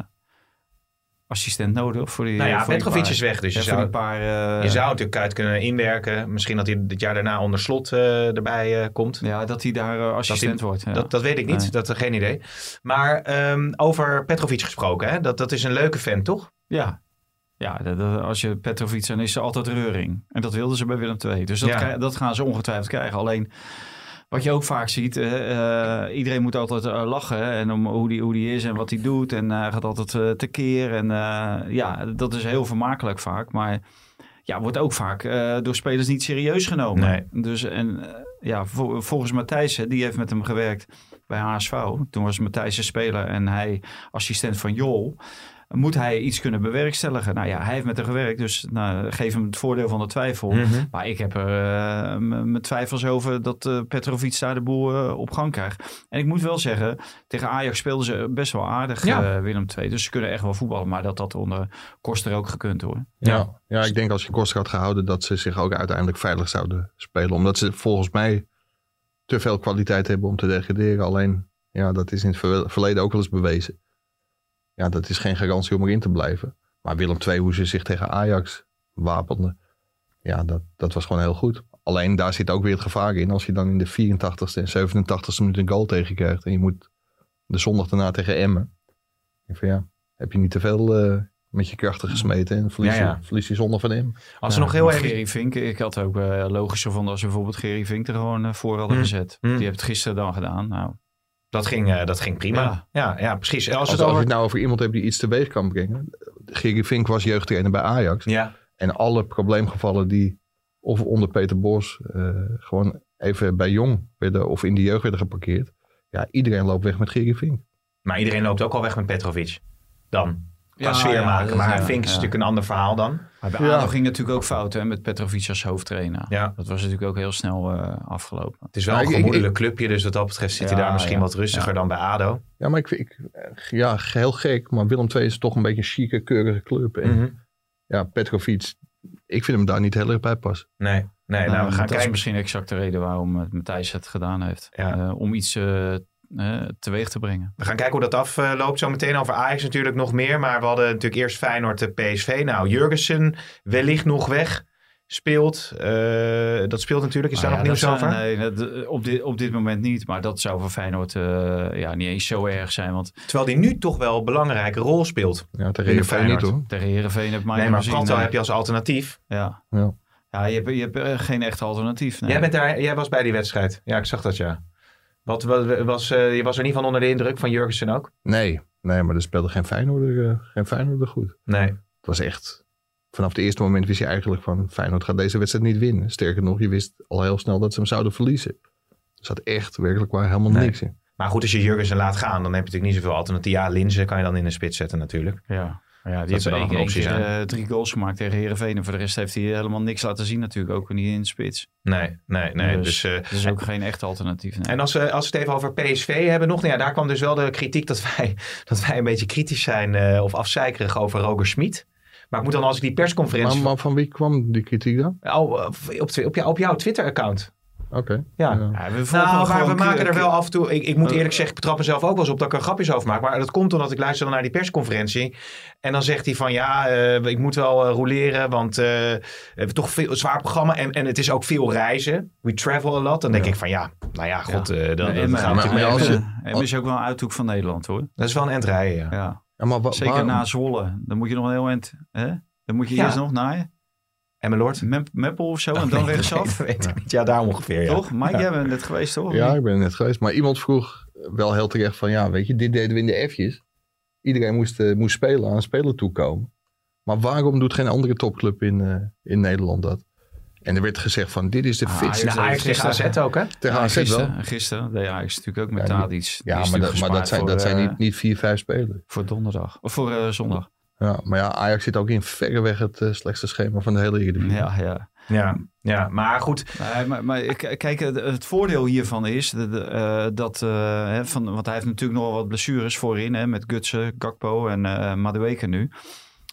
S3: assistent nodig voor die.
S2: nou ja,
S3: voor die
S2: Petrovic
S3: paar-
S2: is weg, dus
S3: ja,
S2: je
S3: voor
S2: zou,
S3: die paar, eh,
S2: je zou natuurlijk Kuyt kunnen inwerken. Misschien dat hij dit jaar daarna onder slot eh, erbij eh, komt.
S3: Ja, dat hij daar eh, assistent wordt. Ja.
S2: Dat, dat weet ik niet,
S3: Nee.
S2: dat eh, geen idee. Maar ehm, over Petrovic gesproken, hè? Dat, dat is een leuke fan, toch?
S3: Ja. Ja, dat- dat- als je Petrovic, dan is er altijd reuring. En dat wilden ze bij Willem II. Dus dat,
S2: Ja.
S3: krij- dat gaan ze ongetwijfeld krijgen. Alleen, wat je ook vaak ziet, eh, eh, iedereen moet altijd eh, lachen. hè, En om hoe die, hoe die is en wat hij doet. En eh, hij gaat altijd eh, tekeer. En eh, ja, dat is heel vermakelijk vaak. Maar ja, wordt ook vaak eh, door spelers niet serieus genomen. Dus en eh, ja, vol- volgens Matthijs, hè, die heeft met hem gewerkt bij HSV. Toen was Matthijs een speler en hij assistent van Jol. Moet hij iets kunnen bewerkstelligen? Nou ja, hij heeft met hem gewerkt, dus nou, geef hem het voordeel van de twijfel.
S2: Mhm.
S3: Maar ik heb er eh, m- mijn twijfels over dat eh, Petrovic daar de boel eh, op gang krijgt. En ik moet wel zeggen, tegen Ajax speelden ze best wel aardig,
S2: Ja.
S3: eh, Willem II. Dus ze kunnen echt wel voetballen, maar dat had onder Koster ook gekund hoor.
S4: Ja. ja, ik denk als je Koster had gehouden dat ze zich ook uiteindelijk veilig zouden spelen. Omdat ze volgens mij te veel kwaliteit hebben om te degraderen. Alleen, ja, dat is in het verwe- verleden ook wel eens bewezen. Ja, dat is geen garantie om erin te blijven. Maar Willem II, hoe ze zich tegen Ajax wapenden. Ja, dat, dat was gewoon heel goed. Alleen daar zit ook weer het gevaar in. Als je dan in de 84ste en 87ste minuut een goal tegenkrijgt. En je moet de zondag daarna tegen Emmen. Ik van ja, heb je niet te veel eh, met je krachten gesmeten. En verlies,
S2: Ja, ja.
S4: Je, verlies je zondag van Emmen.
S2: Als we
S3: Ja,
S2: nog heel
S3: Eh, maar
S2: even...
S3: Gerry Vink, ik had ook eh, logischer van als we bijvoorbeeld Gerry Vink er gewoon eh, voor hadden
S2: Hmm.
S3: gezet.
S2: Hmm.
S3: Die heeft het gisteren dan gedaan. Nou,
S2: Dat ging, eh, dat ging prima. Ja,
S3: Ja.
S2: ja, precies. En Als,
S4: Als,
S2: het
S4: als we
S2: over...
S4: het nou over iemand hebben die iets teweeg kan brengen. Gerry Vink was jeugdtrainer bij Ajax.
S2: Ja,
S4: En alle probleemgevallen die Of onder Peter Bos eh, gewoon even bij Jong werden, of in de jeugd werden geparkeerd. Ja, iedereen loopt weg met Gerry Vink.
S2: Maar iedereen loopt ook al weg met Petrovic. Dan. Qua
S3: Ja,
S2: sfeer
S3: ja,
S2: maken.
S3: dat-
S2: maar
S3: ja,
S2: Vink is
S3: ja.
S2: natuurlijk een ander verhaal dan.
S3: Maar bij
S4: Ja.
S3: ADO ging natuurlijk ook fout hè, met Petrovic als hoofdtrainer.
S2: Ja. Nou,
S3: Dat was natuurlijk ook heel snel eh, afgelopen.
S2: Het is wel
S4: Ja,
S2: een
S4: ik- ik-
S2: gemoedelijk clubje, dus wat dat betreft zit hij
S3: Ja,
S2: daar misschien
S3: ja.
S2: wat rustiger dan bij ADO.
S4: Ja, maar ik, vind- ik, ja, heel gek. Maar Willem II is toch een beetje een chique, keurige club. En
S2: Mhm.
S4: ja, Petrovic, ik vind hem daar niet heel erg bij passen.
S2: Nee, nee nou,
S3: Nou,
S2: we
S3: dat
S2: gaan
S3: is
S2: kijken.
S3: misschien exact de reden waarom eh, Matthijs het gedaan heeft.
S2: Ja.
S3: Eh, om iets eh, eh, teweeg te brengen.
S2: We gaan kijken hoe dat afloopt. Zometeen over Ajax natuurlijk nog meer. Maar we hadden natuurlijk eerst Feyenoord en PSV. Nou, Jurgensen wellicht nog weg. Speelt. Eh, dat speelt natuurlijk. Is eh, daar
S3: Maar
S2: nog
S3: Nou ja,
S2: nieuws
S3: dat
S2: over?
S3: zou- Nee, dat, eh, op, dit, op dit moment niet. Maar dat zou voor Feyenoord eh, ja, niet eens zo erg zijn. Want
S2: Terwijl die nu toch wel een belangrijke rol speelt.
S4: Ja,
S2: In
S4: tegen Feyenoord
S2: Feyenoord.
S4: niet hoor.
S3: tegen Heerenveen heb mij
S2: nee, maar
S3: gezien.
S2: Kanto
S3: eh,
S2: heb je als alternatief.
S3: Ja.
S4: Ja.
S3: Ja, je hebt, je hebt eh, geen echt alternatief. nee.
S2: Jij, bent daar, jij was bij die wedstrijd. Ja, ik zag dat ja. Wat, wat- was, eh, je was er niet van onder de indruk van Jurgensen ook?
S4: Nee, nee, maar er speelde geen Feyenoorder, eh, geen Feyenoorder goed.
S2: Nee.
S4: Het was echt, vanaf het eerste moment wist je eigenlijk van Feyenoord gaat deze wedstrijd niet winnen. Sterker nog, je wist al heel snel dat ze hem zouden verliezen. Er zat echt werkelijk waar helemaal
S2: Nee.
S4: niks in.
S2: Maar goed, als je Jurgensen laat gaan, dan heb je natuurlijk niet zoveel alternatief. Ja, Linzen kan je dan in de spits zetten natuurlijk.
S3: Ja, ja die
S2: Dat zou
S3: hebben
S2: nog
S3: één,
S2: een
S3: één
S2: optie
S3: keer
S2: zijn.
S3: eh, drie goals gemaakt tegen Heerenveen. En voor de rest heeft hij helemaal niks laten zien natuurlijk. Ook niet in de spits.
S2: Nee, nee, nee. Dus, eh,
S3: dat is ook geen echt alternatief. nee.
S2: En als we, als we het even over PSV hebben nog, nou ja, daar kwam dus wel de kritiek dat wij, dat wij een beetje kritisch zijn eh, of afzeikerig over Roger Smit. Maar ik moet dan als ik die
S4: Maar,
S2: persconferentie...
S4: maar van wie kwam die kritiek dan?
S2: Oh, eh, op, twi- op, jou- op jouw Twitter-account.
S4: Oké.
S2: Ja.
S4: Ja.
S3: Ja, we volgen
S2: Nou, maar
S3: gewoon
S2: we maken
S3: keu-
S2: er wel af en toe... Ik, ik moet
S3: Eh,
S2: eerlijk zeggen, ik betrap mezelf ook wel eens op dat ik er grapjes over maak. Maar dat komt omdat ik luister naar die persconferentie. En dan zegt hij van ja, eh, ik moet wel eh, roleren, want eh, we hebben toch veel, een zwaar programma. En, en het is ook veel reizen. We travel a lot. Dan denk ik van ja, nou ja, god, eh, dan,
S3: Nee,
S2: dan
S3: maar-
S2: gaan we
S3: maar-
S2: natuurlijk
S4: maar
S2: mee.
S4: als je-
S3: Ja, Emmen is ook wel een uithoek van Nederland hoor.
S2: Dat is wel een endrijden, ja.
S3: Ja.
S4: Ja, maar wa-
S3: Zeker
S4: waarom-
S3: na Zwolle. Dan moet je nog een heel eind. Hè? Dan moet je
S2: Ja.
S3: eerst nog naar
S2: En mijn lord? Oh,
S3: Mep- Meppel of zo. en dan
S2: Nee,
S3: rechtsaf.
S2: dat weet ik niet. Ja, daar ongeveer. Ja.
S3: Toch? Mike, jij bent net geweest toch?
S4: Ja, ik ben er net geweest. Maar iemand vroeg wel heel terecht van, ja, weet je, dit deden we in de F'jes. Iedereen moest, eh, moest spelen, aan spelen toekomen. Maar waarom doet geen andere topclub in, eh, in Nederland dat? En er werd gezegd van, dit is de
S3: Ah,
S4: fitste.
S2: Nou, Ajax tegen AZ ook, hè?
S4: tegen AZ wel.
S3: gisteren, gisteren deed Ajax natuurlijk ook met
S4: Ja, die-
S3: Tadic. Die
S4: Ja,
S3: is
S4: maar,
S3: natuurlijk
S4: dat, maar dat
S3: gespaard
S4: zijn,
S3: voor,
S4: dat zijn
S3: eh,
S4: niet, niet vier, vijf spelers.
S3: Voor donderdag. Of voor eh, zondag.
S4: Ja, maar ja, Ajax zit ook in verreweg het eh, slechtste schema van de hele Eredivisie.
S3: Ja, ja.
S2: Ja, ja, maar goed.
S3: Nee, maar, maar ik- kijk, het, het voordeel hiervan is de- de, eh, dat, eh, hè, van, want hij heeft natuurlijk nog wel wat blessures voorin hè, met Gutsen, Gakpo en eh Madueke nu.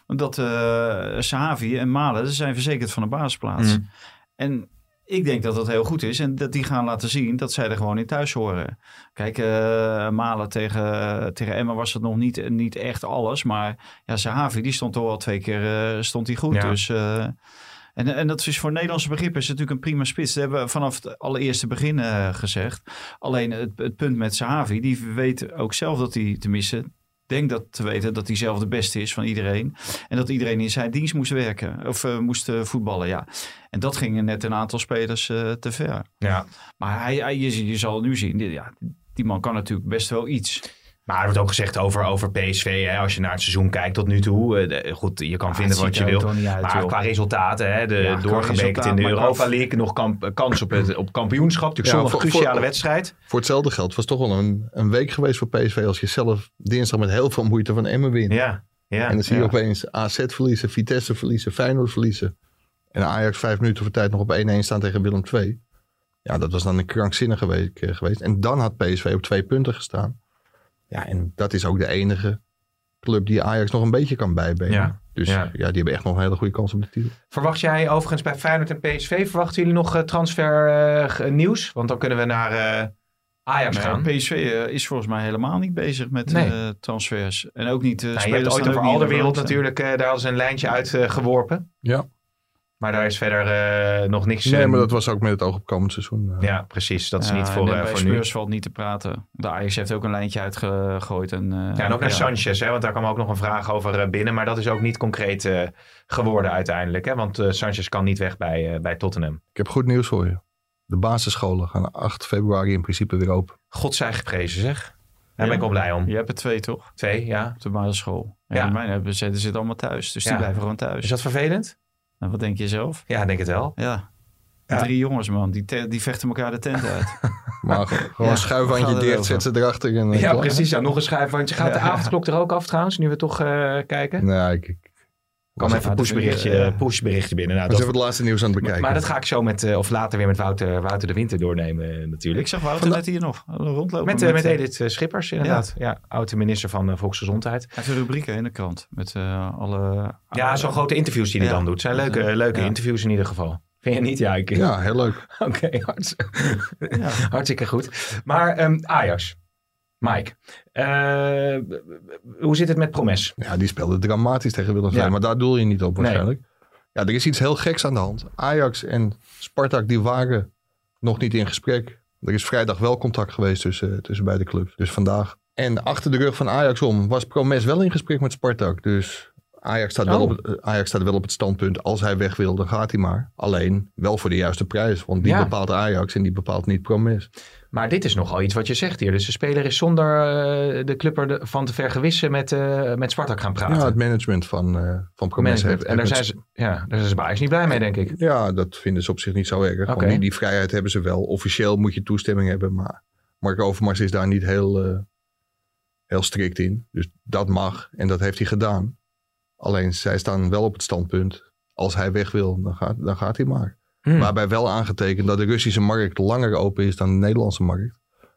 S3: Dat eh Sahavi en Malen ze zijn verzekerd van een basisplaats.
S2: Mm.
S3: En ik denk dat dat heel goed is en dat die gaan laten zien dat zij er gewoon in thuis horen. Kijk, eh, Malen tegen, tegen Emma was het nog niet, niet echt alles, maar ja, Sahavi die stond toch wel twee keer eh, stond hij goed.
S2: Ja.
S3: Dus eh, en, en dat is voor Nederlandse begrippen is het natuurlijk een prima spits. Dat hebben we vanaf het allereerste begin eh, gezegd. Alleen het, het punt met Sahavi, die weet ook zelf dat hij, tenminste, denkt dat te weten dat hij zelf de beste is van iedereen. En dat iedereen in zijn dienst moest werken of eh, moest eh, voetballen. Ja. En dat ging net een aantal spelers eh, te ver.
S2: Ja.
S3: Maar hij, hij, je, je zal nu zien, die- ja, die man kan natuurlijk best wel iets.
S2: Maar er wordt ook gezegd over, over PSV. Hè, als je naar het seizoen kijkt tot nu toe. eh, de- goed, je kan vinden
S3: het
S2: wat
S3: ziet
S2: je
S3: er
S2: wil.
S3: toch niet uit,
S2: Maar
S3: joh.
S2: qua resultaten, hè, de
S3: Ja, qua
S2: doorgebekerd in
S3: resultaat,
S2: de
S3: maar qua-
S2: Europa League. Nog kamp- kans op, het, op kampioenschap. Natuurlijk
S4: Ja,
S2: zondag
S4: voor-
S2: cruciale
S4: voor-
S2: wedstrijd.
S4: Voor hetzelfde geld was het toch wel een, een week geweest voor PSV als je zelf dinsdag met heel veel moeite van Emmen wint.
S2: Ja, ja.
S4: en dan zie je
S2: ja.
S4: opeens AZ verliezen, Vitesse verliezen, Feyenoord verliezen. En Ajax vijf minuten voor tijd nog op 1-1 staan tegen Willem II. Ja, dat was dan een krankzinnige week eh, geweest. En dan had PSV op twee punten gestaan. Ja, en dat is ook de enige club die Ajax nog een beetje kan bijbenen.
S2: Ja,
S4: Dus
S2: ja.
S4: ja. die hebben echt nog een hele goede kans op de titel.
S2: Verwacht jij overigens bij Feyenoord en PSV, verwachten jullie nog eh, transfer eh, ge- nieuws? Want dan kunnen we naar eh, Ajax
S3: Maar
S2: gaan.
S3: PSV eh, is volgens mij helemaal niet bezig met
S2: Nee.
S3: eh, transfers. En ook niet. eh
S2: Nou, je
S3: spelers
S2: hebt ooit
S3: staan
S2: over
S3: ook niet in
S2: al de wereld
S3: belangstelling.
S2: natuurlijk, eh, daar hadden ze een lijntje uit eh, geworpen.
S4: Ja.
S2: Maar daar is verder eh, nog niks.
S4: Nee,
S2: eh,
S4: maar dat was ook met het oog op komend seizoen. eh.
S2: Ja, precies. Dat is niet
S3: Ja,
S2: voor,
S3: en
S2: eh,
S3: bij
S2: voor nu.
S3: Spurs valt niet te praten. De Ajax heeft ook een lijntje uitgegooid. En, eh,
S2: Ja, en ook naar
S3: ja.
S2: Sanchez, hè, want daar kwam ook nog een vraag over eh, binnen. Maar dat is ook niet concreet eh, geworden uiteindelijk. Hè, want eh, Sanchez kan niet weg bij, eh, bij Tottenham.
S4: Ik heb goed nieuws voor je. De basisscholen gaan 8 februari in principe weer open.
S2: God zij geprezen, zeg. Daar
S3: Ja.
S2: ben ik wel blij om.
S3: Je hebt er twee toch?
S2: Twee, ja.
S3: Op de basisschool. En
S2: Ja.
S3: ja. mijn hebben ze zitten allemaal thuis. Dus
S2: Ja.
S3: die blijven gewoon thuis.
S2: Is dat vervelend?
S3: En wat denk je zelf?
S2: Ja, ik denk het wel.
S3: Ja. Drie jongens, man. Die, te- die vechten elkaar de tent uit.
S4: Maar gewoon
S3: Ja,
S4: een
S3: we
S4: schuifhandje
S3: gaan
S4: dicht,
S3: erover.
S4: zet ze erachter. En, eh,
S2: Ja,
S4: klaar.
S2: precies. Ja, nog een schuifhandje. Gaat de avondklok er ook af trouwens, nu we toch eh, kijken? Ik
S4: Nee, ik, ik
S2: kwam even een pushberichtje,
S3: eh,
S2: eh, pushberichtje binnen. Nou,
S4: was
S2: dat-
S4: even het laatste nieuws aan het bekijken.
S2: maar dat ga ik zo met, eh, of later weer met Wouter, Wouter de Winter doornemen eh, natuurlijk.
S3: Ik zag Wouter net hier nog rondlopen.
S2: Met, eh, met Edith eh, Schippers inderdaad. Ja. oud-minister van eh, Volksgezondheid.
S3: Hij heeft een rubriek hè, in de krant. Met eh, alle...
S2: Ja, zo'n grote interviews die hij
S3: Ja.
S2: dan doet. Zijn leuke, eh,
S3: Ja.
S2: leuke
S3: Ja.
S2: interviews in ieder geval. Vind je niet? Ja, ik-
S4: Ja, heel leuk.
S2: oké. hartst- Hartstikke goed. Maar ehm, Ajax. Mike, eh, hoe zit het met Promes?
S4: Ja, die speelde dramatisch tegen Willem II.
S2: Ja.
S4: Maar daar doel je niet op
S2: Nee.
S4: waarschijnlijk. Ja, er is iets heel geks aan de hand. Ajax en Spartak die waren nog niet in gesprek. Er is vrijdag wel contact geweest tussen, eh, tussen beide clubs. Dus vandaag. En achter de rug van Ajax om was Promes wel in gesprek met Spartak. Dus Ajax staat, wel
S2: Oh.
S4: op, het- eh, Ajax staat wel op het standpunt. Als hij weg wil, dan gaat hij maar. Alleen wel voor de juiste prijs. Want die
S2: Ja.
S4: bepaalt Ajax en die bepaalt niet Promes.
S2: Maar dit is nogal iets wat je zegt hier. Dus de speler is zonder eh, de club ervan te vergewissen met, eh, met Spartak gaan praten.
S4: Ja, het management van, eh van Promes.
S2: Management.
S4: heeft-
S2: en daar
S4: heeft
S2: zijn, ze, ja, daar zijn ze bij Ajax niet blij mee, denk ik.
S4: Ja, dat vinden ze op zich niet zo erg. Want
S2: Oké.
S4: die, die vrijheid hebben ze wel. Officieel moet je toestemming hebben, maar Mark Overmars is daar niet heel, eh, heel strikt in. Dus dat mag en dat heeft hij gedaan. Alleen zij staan wel op het standpunt, als hij weg wil, dan gaat, dan gaat hij maar.
S2: Hmm.
S4: Waarbij wel aangetekend dat de Russische markt langer open is dan de Nederlandse markt.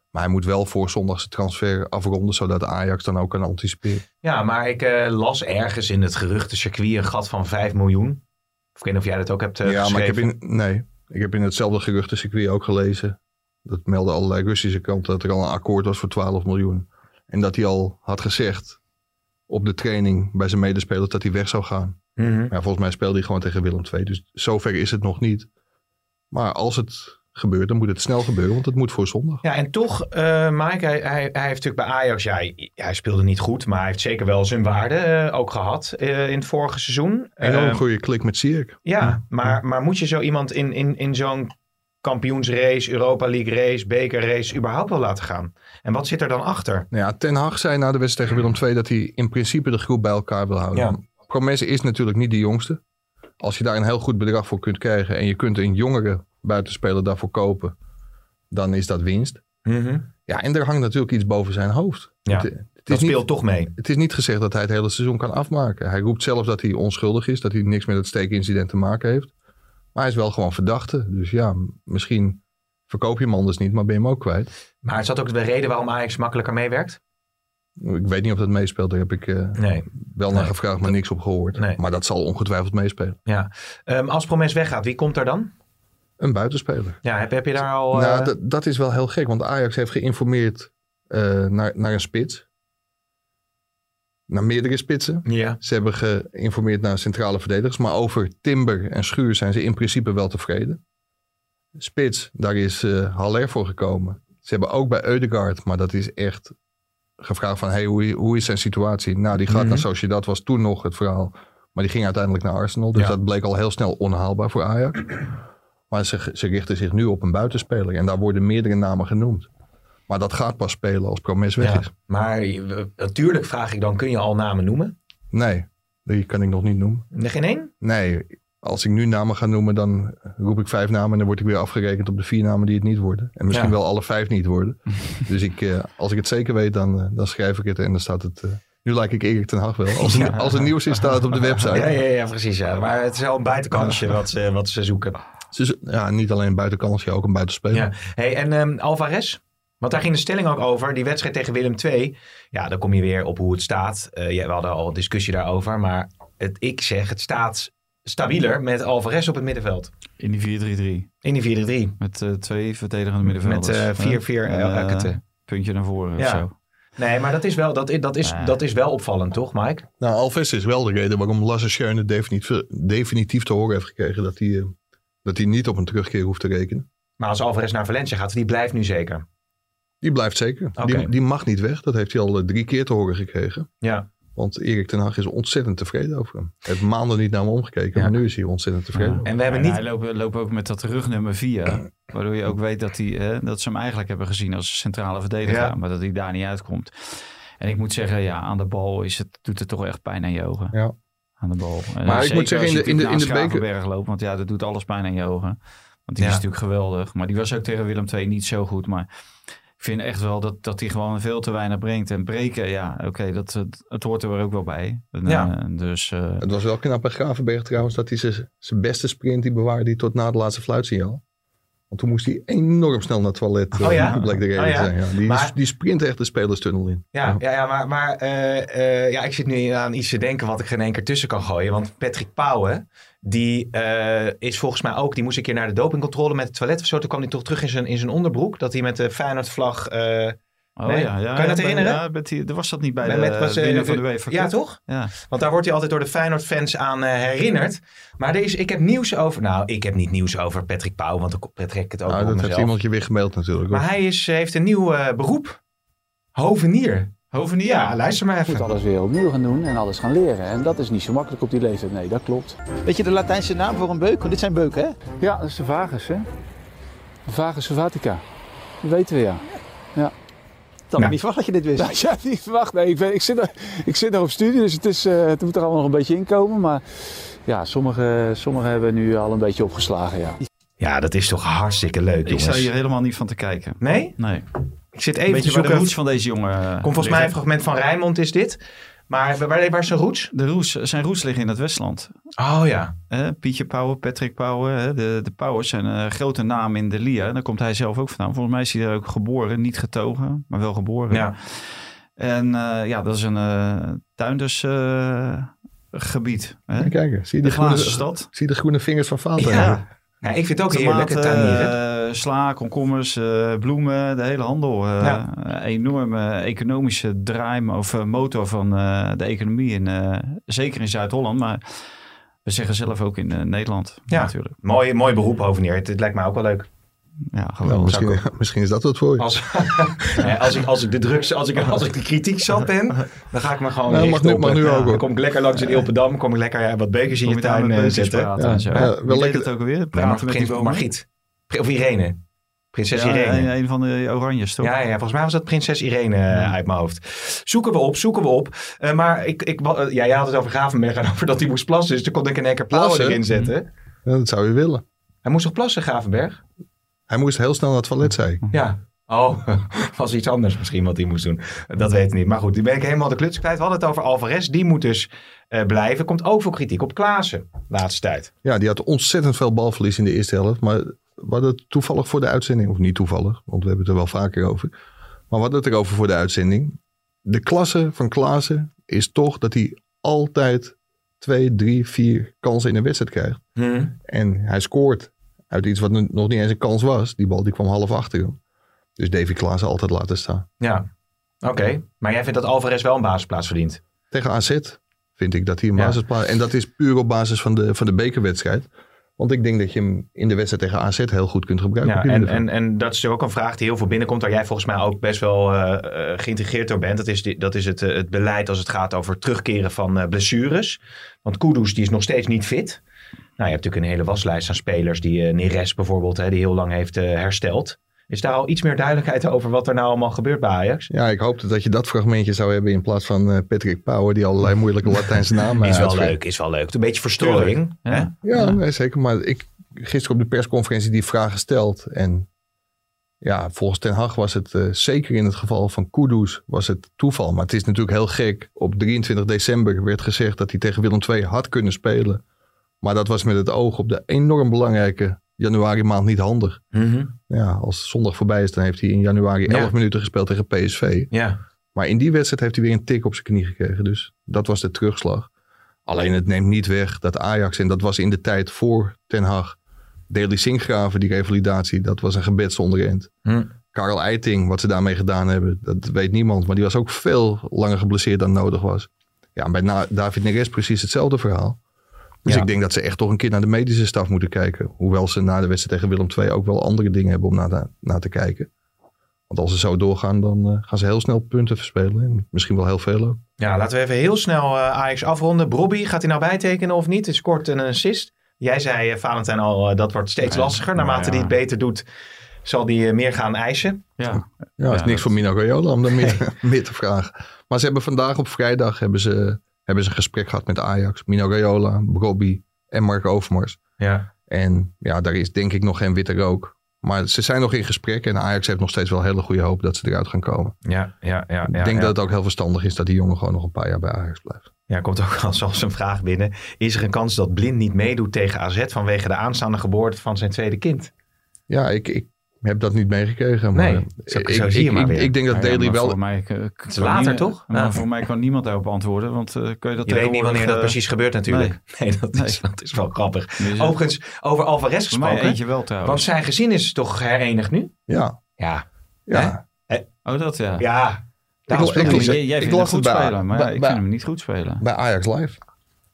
S4: Maar hij moet wel voor zondagse transfer afronden, zodat Ajax dan ook kan anticiperen.
S2: Ja, maar ik eh, las ergens in het geruchtencircuit een gat van 5 miljoen. Of ik weet niet of jij dat ook hebt eh,
S4: ja, maar ik heb,
S2: geschreven.
S4: in, nee, ik heb in hetzelfde geruchtencircuit ook gelezen. Dat meldde allerlei Russische kanten dat er al een akkoord was voor 12 miljoen. En dat hij al had gezegd op de training bij zijn medespelers dat hij weg zou gaan.
S2: Mhm.
S4: Maar ja, volgens mij speelde hij gewoon tegen Willem II. Dus zover is het nog niet. Maar als het gebeurt, dan moet het snel gebeuren. Want het moet voor zondag.
S2: Ja, en toch, eh Mike, hij, hij, hij heeft natuurlijk bij Ajax, ja, hij, hij speelde niet goed, maar hij heeft zeker wel zijn waarde eh, ook gehad eh, in het vorige seizoen.
S4: En
S2: Eh,
S4: een goede klik met Sierk.
S2: Ja, maar, maar moet je zo iemand in, in, in zo'n kampioensrace, Europa League race, bekerrace, überhaupt wel laten gaan? En wat zit er dan achter?
S4: Nou ja, Ten Hag zei na de wedstrijd tegen Willem II dat hij in principe de groep bij elkaar wil houden. Promes is natuurlijk niet de jongste. Als je daar een heel goed bedrag voor kunt krijgen en je kunt een jongere buitenspeler daarvoor kopen, dan is dat winst.
S2: Mhm.
S4: Ja, en er hangt natuurlijk iets boven zijn hoofd.
S2: Ja,
S4: het, het
S2: Dat
S4: is niet,
S2: speelt toch mee.
S4: het is niet gezegd dat hij het hele seizoen kan afmaken. Hij roept zelf dat hij onschuldig is, dat hij niks met het steekincident te maken heeft. Maar hij is wel gewoon verdachte. Dus ja, m- misschien verkoop je hem anders niet, maar ben je hem ook kwijt.
S2: Maar is dat ook de reden waarom Ajax makkelijker meewerkt?
S4: Ik weet niet of dat meespeelt, daar heb ik eh,
S2: Nee.
S4: wel naar gevraagd, maar niks op gehoord.
S2: Nee.
S4: Maar dat zal ongetwijfeld meespelen.
S2: Ja. Ehm, als Promes weggaat, wie komt er dan?
S4: Een buitenspeler.
S2: Ja, heb, heb je daar al... eh,
S4: Nou, dat- dat is wel heel gek, want Ajax heeft geïnformeerd eh, naar, naar een spits. Naar meerdere spitsen.
S2: Ja.
S4: Ze hebben geïnformeerd naar centrale verdedigers. Maar over Timber en Schuur zijn ze in principe wel tevreden. Spits, daar is eh, Haller voor gekomen. Ze hebben ook bij Eudegaard, maar dat is echt gevraagd van... Hey, hoe, hoe is zijn situatie? Nou, die gaat
S2: Mhm.
S4: naar Sociedad, was toen nog het verhaal. Maar die ging uiteindelijk naar Arsenal. Dus
S2: Ja.
S4: dat bleek al heel snel onhaalbaar voor Ajax. Maar ze, ze richten zich nu op een buitenspeler. En daar worden meerdere namen genoemd. Maar dat gaat pas spelen als Promes weg
S2: Ja.
S4: is.
S2: Maar je- natuurlijk vraag ik dan, kun je al namen noemen?
S4: Nee, die kan ik nog niet noemen.
S2: Nee, Geen één?
S4: Nee, als ik nu namen ga noemen, dan roep ik vijf namen en dan word ik weer afgerekend op de vier namen die het niet worden. En misschien
S2: Ja.
S4: wel alle vijf niet worden. dus ik, eh, als ik het zeker weet, dan, eh, dan schrijf ik het en dan staat het. eh, nu lijk ik Erik ten Hag wel. Als, er- als er nieuws is, staat het op de website.
S2: Ja, ja, ja, precies. Ja. Maar het is wel een buitenkansje wat ze, wat ze zoeken.
S4: Dus, ja, niet alleen een buitenkansje, ook een buitenspeler.
S2: Ja. Hey, en ehm, Alvarez? Want daar ging de stelling ook over. Die wedstrijd tegen Willem II. Ja, dan kom je weer op hoe het staat. Eh, ja, we hadden al een discussie daarover. Maar het, ik zeg, het staat stabieler met Alvarez op het middenveld.
S3: In die 4-3-3.
S2: In die 4-3.
S3: Met eh, twee verdedigende
S2: Met
S3: middenvelders.
S2: eh, 4-4
S3: Eh,
S2: eh, Akete.
S3: Puntje naar voren
S2: Ja.
S3: of zo.
S2: Nee, maar dat is, wel, dat, i- dat, is,
S3: Ah.
S2: dat is wel opvallend, toch, Mike?
S4: Nou, Alves is wel de reden waarom Lasse Schöne definitief, definitief te horen heeft gekregen dat hij, eh, dat hij niet op een terugkeer hoeft te rekenen.
S2: Maar als Alvarez naar Valencia gaat, die blijft nu zeker.
S4: Die blijft zeker.
S2: Oké.
S4: Die, die mag niet weg. Dat heeft hij al eh, drie keer te horen gekregen.
S2: Ja.
S4: Want Erik ten Hag is ontzettend tevreden over hem. Hij heeft maanden niet naar hem
S2: Ja.
S4: omgekeken, maar nu is hij ontzettend tevreden.
S3: Ja.
S4: over
S2: En we hebben
S3: En
S2: niet...
S3: Hij loopt, loopt ook met dat rugnummer 4. Waardoor je ook weet dat, die, eh, dat ze hem eigenlijk hebben gezien als centrale verdediger.
S2: Ja.
S3: Maar dat hij daar niet uitkomt. En ik moet zeggen, ja, aan de bal is het, doet het toch echt pijn aan je ogen.
S4: Ja.
S3: Aan de bal. En
S4: Maar ik
S3: zeker
S4: moet zeggen,
S3: als
S4: in
S3: je
S4: de- in de-
S3: natuurlijk
S4: in de
S3: naast Gravenberg loopt, want ja, dat doet alles pijn aan je ogen. Want die
S2: Ja.
S3: is natuurlijk geweldig. Maar die was ook tegen Willem II niet zo goed. Maar ik vind echt wel dat, dat die gewoon veel te weinig brengt. En breken, ja, oké, dat, dat, het hoort er ook wel bij. En,
S2: Ja.
S3: eh, dus eh,
S4: Het was wel knap bij Gravenberg trouwens dat hij zijn- zijn beste sprint die bewaarde die tot na de laatste fluitsignaal. Want toen moest hij enorm snel naar het toilet. eh,
S2: Oh ja?
S4: Bleek de reden
S2: Oh ja?
S4: te zijn. Ja. Die,
S2: Maar-
S4: die sprint echt de spelerstunnel in.
S2: Ja, ja, ja maar, maar eh, eh, ja, ik zit nu aan iets te denken wat ik geen één keer tussen kan gooien. Want Patrick Pauwen, die eh, is volgens mij ook, die moest een keer naar de dopingcontrole met het toilet of zo. Toen kwam hij toch terug in zijn, in zijn onderbroek, dat hij met de Feyenoordvlag, eh
S3: Oh
S2: Nee?
S3: ja, ja.
S2: Kan je dat
S3: ja, bij-
S2: herinneren?
S3: Ja, met die, er was dat niet bij
S2: met-
S3: de
S2: met- was, eh,
S3: winnaar van de UEFA
S2: ja
S3: Cup?
S2: toch?
S3: Ja.
S2: Want daar wordt hij altijd door de Feyenoord-fans aan eh, herinnerd. Maar er is, ik heb nieuws over, nou, ik heb niet nieuws over Patrick Pauwen, want dan trek ik het ook
S4: Nou,
S2: op
S4: dat heeft
S2: mezelf.
S4: iemand je weer gemaild natuurlijk.
S2: Maar hij is, heeft een nieuw eh, beroep, hovenier.
S3: Hovenier.
S2: Ja, luister maar
S7: Je moet
S2: even.
S7: alles weer opnieuw gaan doen en alles gaan leren. En dat is niet zo makkelijk op die leeftijd. Nee, dat klopt.
S8: Weet je de Latijnse naam voor een beuk? Want dit zijn beuken, hè?
S7: Ja, dat is de vagus, hè? De vagus savatica. Dat weten we, ja.
S8: Dan niet verwacht dat je dit wist.
S7: Dat had jij niet verwacht. Nee, ik, ben, ik, zit, nog- ik zit nog op studie, dus het, is, eh, het moet er allemaal nog een beetje inkomen. Maar ja, sommigen sommige hebben nu al een beetje opgeslagen, ja.
S2: Ja, dat is toch hartstikke leuk,
S3: Ik
S2: jongens.
S3: sta hier helemaal niet van te kijken.
S2: Nee?
S3: Nee.
S2: Ik zit
S3: Een
S2: even te
S3: beetje waar de
S2: zoeken.
S3: roots van deze jongen eh,
S2: Komt volgens mij een
S3: liggen.
S2: fragment van Rijnmond is dit. Maar waar- waar, waar is zijn roots?
S3: De roots, zijn roots liggen in het Westland.
S2: Oh ja.
S3: Hè, Pietje Pauwen, Patrick Pauwen. hè, De, de Pauwers zijn een eh, grote naam in de LIA. En daar komt hij zelf ook vandaan. Volgens mij is hij daar ook geboren. Niet getogen, maar wel geboren.
S2: ja.
S3: En eh, ja, dat is een eh tuindersgebied. hè?
S4: Kijk,
S3: de
S4: zie je die groene,
S3: glazen stad.
S4: zie je de groene vingers van Vaten?
S2: Ja. Ja, ik vind het ook heerlijk, het tuinieren.
S3: Tomaten, eh, sla, komkommers, eh, bloemen, de hele handel. eh,
S2: Ja.
S3: Een enorme economische draai of eh, motor van eh, de economie. In, eh, zeker in Zuid-Holland, maar we zeggen zelf ook in eh, Nederland
S2: Ja.
S3: natuurlijk.
S2: mooi, mooi beroep, hovenier. Het, het lijkt mij ook wel leuk.
S3: Ja,
S4: Nou,
S3: geweldig.
S4: misschien, misschien is dat wat voor je.
S2: Als, hè, als, ik, als ik de drugs, als ik, als ik de kritiek zat ben, dan ga ik me gewoon
S4: Nou, mag
S2: richten
S4: nu-
S2: op
S4: mag
S2: het- eh,
S4: nu ook, hoor.
S2: Dan kom ik lekker langs in Ilpendam, kom ik lekker eh, wat bekers in
S3: Kom
S2: je
S3: je daar
S2: tuin
S3: met
S2: eh,
S3: beukjes
S2: zetten. Ja,
S3: praten en zo.
S4: Ja, wel
S3: Wie deed
S4: lekker-
S3: het ook weer?
S2: maar
S3: Praten met die
S2: begin-
S3: bomen?
S2: Margriet. Of Irene. Prinses
S3: Ja,
S2: Irene.
S3: een, een van de oranjes, toch?
S2: Ja, ja, volgens mij was dat prinses Irene eh, uit mijn hoofd. Zoeken we op, zoeken we op. Eh, maar ik, ik, wa- eh, ja, jij had het over Gravenberg en over dat hij moest plassen. Dus toen kon ik in één keer plauwen
S4: Plassen?
S2: erin zetten.
S3: Mhm.
S4: Ja, dat zou je willen.
S2: Hij moest toch plassen, Gravenberg?
S4: Hij moest heel snel naar het toilet, zei ik.
S3: Mhm.
S2: Ja. Oh, was iets anders misschien wat hij moest doen. Dat weet ik niet. Maar goed, die ben ik helemaal de kluts kwijt. We hadden het over Alvarez. Die moet dus eh, blijven. Komt ook veel kritiek op Klaassen de laatste tijd.
S4: Ja, die had ontzettend veel balverlies in de eerste helft. Maar we hadden het toevallig voor de uitzending, of niet toevallig, want we hebben het er wel vaker over. Maar we hadden het erover voor de uitzending. De klasse van Klaassen is toch dat hij altijd twee, drie, vier kansen in een wedstrijd krijgt.
S3: Hm.
S4: En hij scoort uit iets wat nu- nog niet eens een kans was. Die bal die kwam half achter hem. Dus Davy Klaassen altijd laten staan.
S2: Ja, oké. Maar jij vindt dat Alvarez wel een basisplaats verdient?
S4: Tegen AZ vind ik dat hij een
S2: Ja.
S4: basisplaats... En dat is puur op basis van de, van de bekerwedstrijd. Want ik denk dat je hem in de wedstrijd tegen AZ heel goed kunt gebruiken.
S2: Ja,
S4: op die
S2: en,
S4: manier.
S2: en, en dat is natuurlijk ook een vraag die heel veel binnenkomt, waar jij volgens mij ook best wel eh, eh, geïntegreerd door bent. Dat is, die- dat is het, eh, het beleid als het gaat over terugkeren van eh, blessures. Want Kudus die is nog steeds niet fit. Nou, je hebt natuurlijk een hele waslijst aan spelers, die eh, Neres bijvoorbeeld, hè, die heel lang heeft eh, hersteld. Is daar al iets meer duidelijkheid over wat er nou allemaal gebeurt bij Ajax?
S4: Ja, ik hoopte dat je dat fragmentje zou hebben in plaats van eh, Patrick Power, die allerlei moeilijke Latijnse namen eh,
S2: is wel
S4: uitspreekt.
S2: leuk, is wel leuk. Een beetje verstrooiing.
S3: Ja.
S2: hè?
S4: Ja, nee, zeker. Maar ik gisteren op de persconferentie die vraag gesteld. En ja, volgens Ten Hag was het eh, zeker in het geval van Kudus was het toeval. Maar het is natuurlijk heel gek. Op 23 december werd gezegd dat hij tegen Willem II had kunnen spelen. Maar dat was met het oog op de enorm belangrijke januari maand niet handig.
S2: Mhm.
S4: Ja, als zondag voorbij is, dan heeft hij in januari 11
S2: Ja.
S4: minuten gespeeld tegen PSV.
S2: ja.
S4: Maar in die wedstrijd heeft hij weer een tik op zijn knie gekregen. Dus dat was de terugslag. Alleen het neemt niet weg dat Ajax, en dat was in de tijd voor Ten Hag, Daley Sinkgraven, die revalidatie, dat was een gebed zonder end.
S2: Hm.
S4: Karel Eiting, wat ze daarmee gedaan hebben, dat weet niemand. Maar die was ook veel langer geblesseerd dan nodig was. Ja, en bij Na- David Neres precies hetzelfde verhaal. Dus
S2: Ja.
S4: ik denk dat ze echt toch een keer naar de medische staf moeten kijken. Hoewel ze na de wedstrijd tegen Willem II ook wel andere dingen hebben om naar te, naar te kijken. Want als ze zo doorgaan, dan eh, gaan ze heel snel punten verspelen. En misschien wel heel veel ook.
S2: ja, laten we even heel snel eh, Ajax afronden. Brobby, gaat hij nou bijtekenen of niet? Is kort een assist. Jij zei, eh, Valentijn, al eh, dat wordt steeds
S3: Nee,
S2: lastiger.
S3: nou
S2: Naarmate
S3: ja.
S2: hij het beter doet, zal hij eh, meer gaan eisen.
S3: Ja.
S4: Ja, is
S3: Ja,
S4: niks
S3: dat-
S4: voor Mino Raiola om daar meer, meer te vragen. Maar ze hebben vandaag op vrijdag hebben ze, hebben ze een gesprek gehad met Ajax. Mino Raiola, Robbie en Mark Overmars.
S2: Ja.
S4: En ja, daar is denk ik nog geen witte rook. Maar ze zijn nog in gesprek en Ajax heeft nog steeds wel hele goede hoop dat ze eruit gaan komen.
S2: Ja, ja, ja.
S4: ik denk dat het ook heel verstandig is dat die jongen gewoon nog een paar jaar bij Ajax blijft.
S2: Ja, er komt ook al zelfs een vraag binnen. Is er een kans dat Blind niet meedoet tegen AZ vanwege de aanstaande geboorte van zijn tweede kind?
S4: Ja, ik, ik heb dat niet meegekregen. Maar
S2: Nee, zo-
S4: ik,
S2: zo
S4: ik-
S2: zie je
S4: ik-
S2: maar
S4: ik-
S2: weer.
S4: ik denk dat
S3: Nou ja,
S4: Daily
S3: maar
S4: wel...
S3: volgens mij, eh, k- kan
S2: later,
S3: nie-
S2: toch?
S3: Maar
S2: Ja.
S3: voor mij kan niemand daarop antwoorden, want eh, kun je dat
S2: Je weet niet wanneer dat precies gebeurt natuurlijk. eh, Nee, dat, Is,
S3: Nee.
S2: dat is eh, wel grappig.
S3: Dus, eh,
S2: Overigens, over Alvarez
S3: Voor mij
S2: gesproken.
S3: eentje wel trouwens.
S2: Want zijn gezin is toch herenigd nu?
S4: Ja,
S2: Ja.
S4: ja.
S3: Oh, dat ja.
S2: Ja.
S4: Ik
S2: Daarom
S4: las- ik
S2: speelt
S4: las-
S2: hij.
S3: Jij, jij
S4: ik
S3: vindt hem
S4: las het
S3: goed
S4: bij-
S3: spelen, maar ja,
S4: bij-
S3: ik
S4: bij-
S3: vind hem niet goed spelen.
S4: bij Ajax Live.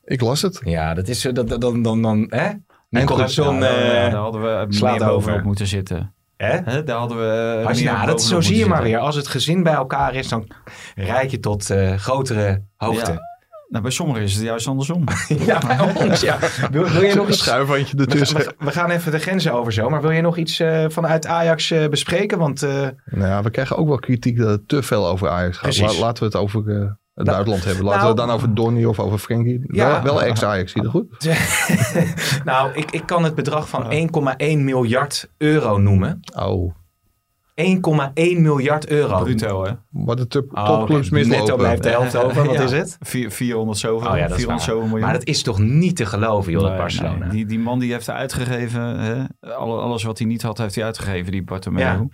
S4: Ik las het.
S2: Ja, dat is zo. Dan, dan, dan, dan hè? Nicolasson.
S3: Ja, daar-
S2: eh,
S3: daar hadden we
S2: slaat
S3: meer bovenop
S2: over.
S3: moeten zitten.
S2: hè?
S3: Hè, daar hadden we eh,
S2: Als je,
S3: meer
S2: nou, dat,
S3: bovenop
S2: zo
S3: moeten
S2: zie je maar
S3: zitten.
S2: weer. Als het gezin bij elkaar is, dan rijd je tot eh, grotere hoogte.
S3: Nou, bij sommigen is het juist andersom.
S2: Ja, bij ons, ja. Wil, wil je nog
S4: Een
S2: iets...
S4: schuifhandje
S2: We,
S4: ertussen.
S2: we- we gaan even de grenzen over zo. Maar wil je nog iets eh, vanuit Ajax eh, bespreken? Want eh,
S4: Nou ja, we krijgen ook wel kritiek dat het te veel over Ajax gaat.
S2: Precies.
S4: La- laten we het over eh, het
S2: Nou,
S4: buitenland hebben. Laten
S2: nou-
S4: we het dan over Donny of over Frenkie.
S2: Ja.
S4: wel wel ex-Ajax, zie je dat goed?
S2: nou, ik, ik kan het bedrag van 1,1 miljard euro noemen.
S4: Oh,
S2: 1,1 miljard euro.
S3: Bruto, hè?
S4: wat de top-
S2: Oh,
S4: topclubs
S2: oké. Netto
S4: mislopen.
S2: blijft de helft over. Wat
S3: Ja.
S2: is het?
S3: Vier- 400 zoveel,
S2: Oh ja, dat is
S3: 400
S2: waar.
S3: zoveel miljoen.
S2: Maar dat is toch niet te geloven, joh, dat
S3: Nee,
S2: Barcelona.
S3: nee. Die, die man die heeft uitgegeven, hè? Alle, alles wat hij niet had, heeft hij uitgegeven, die Bartomeu.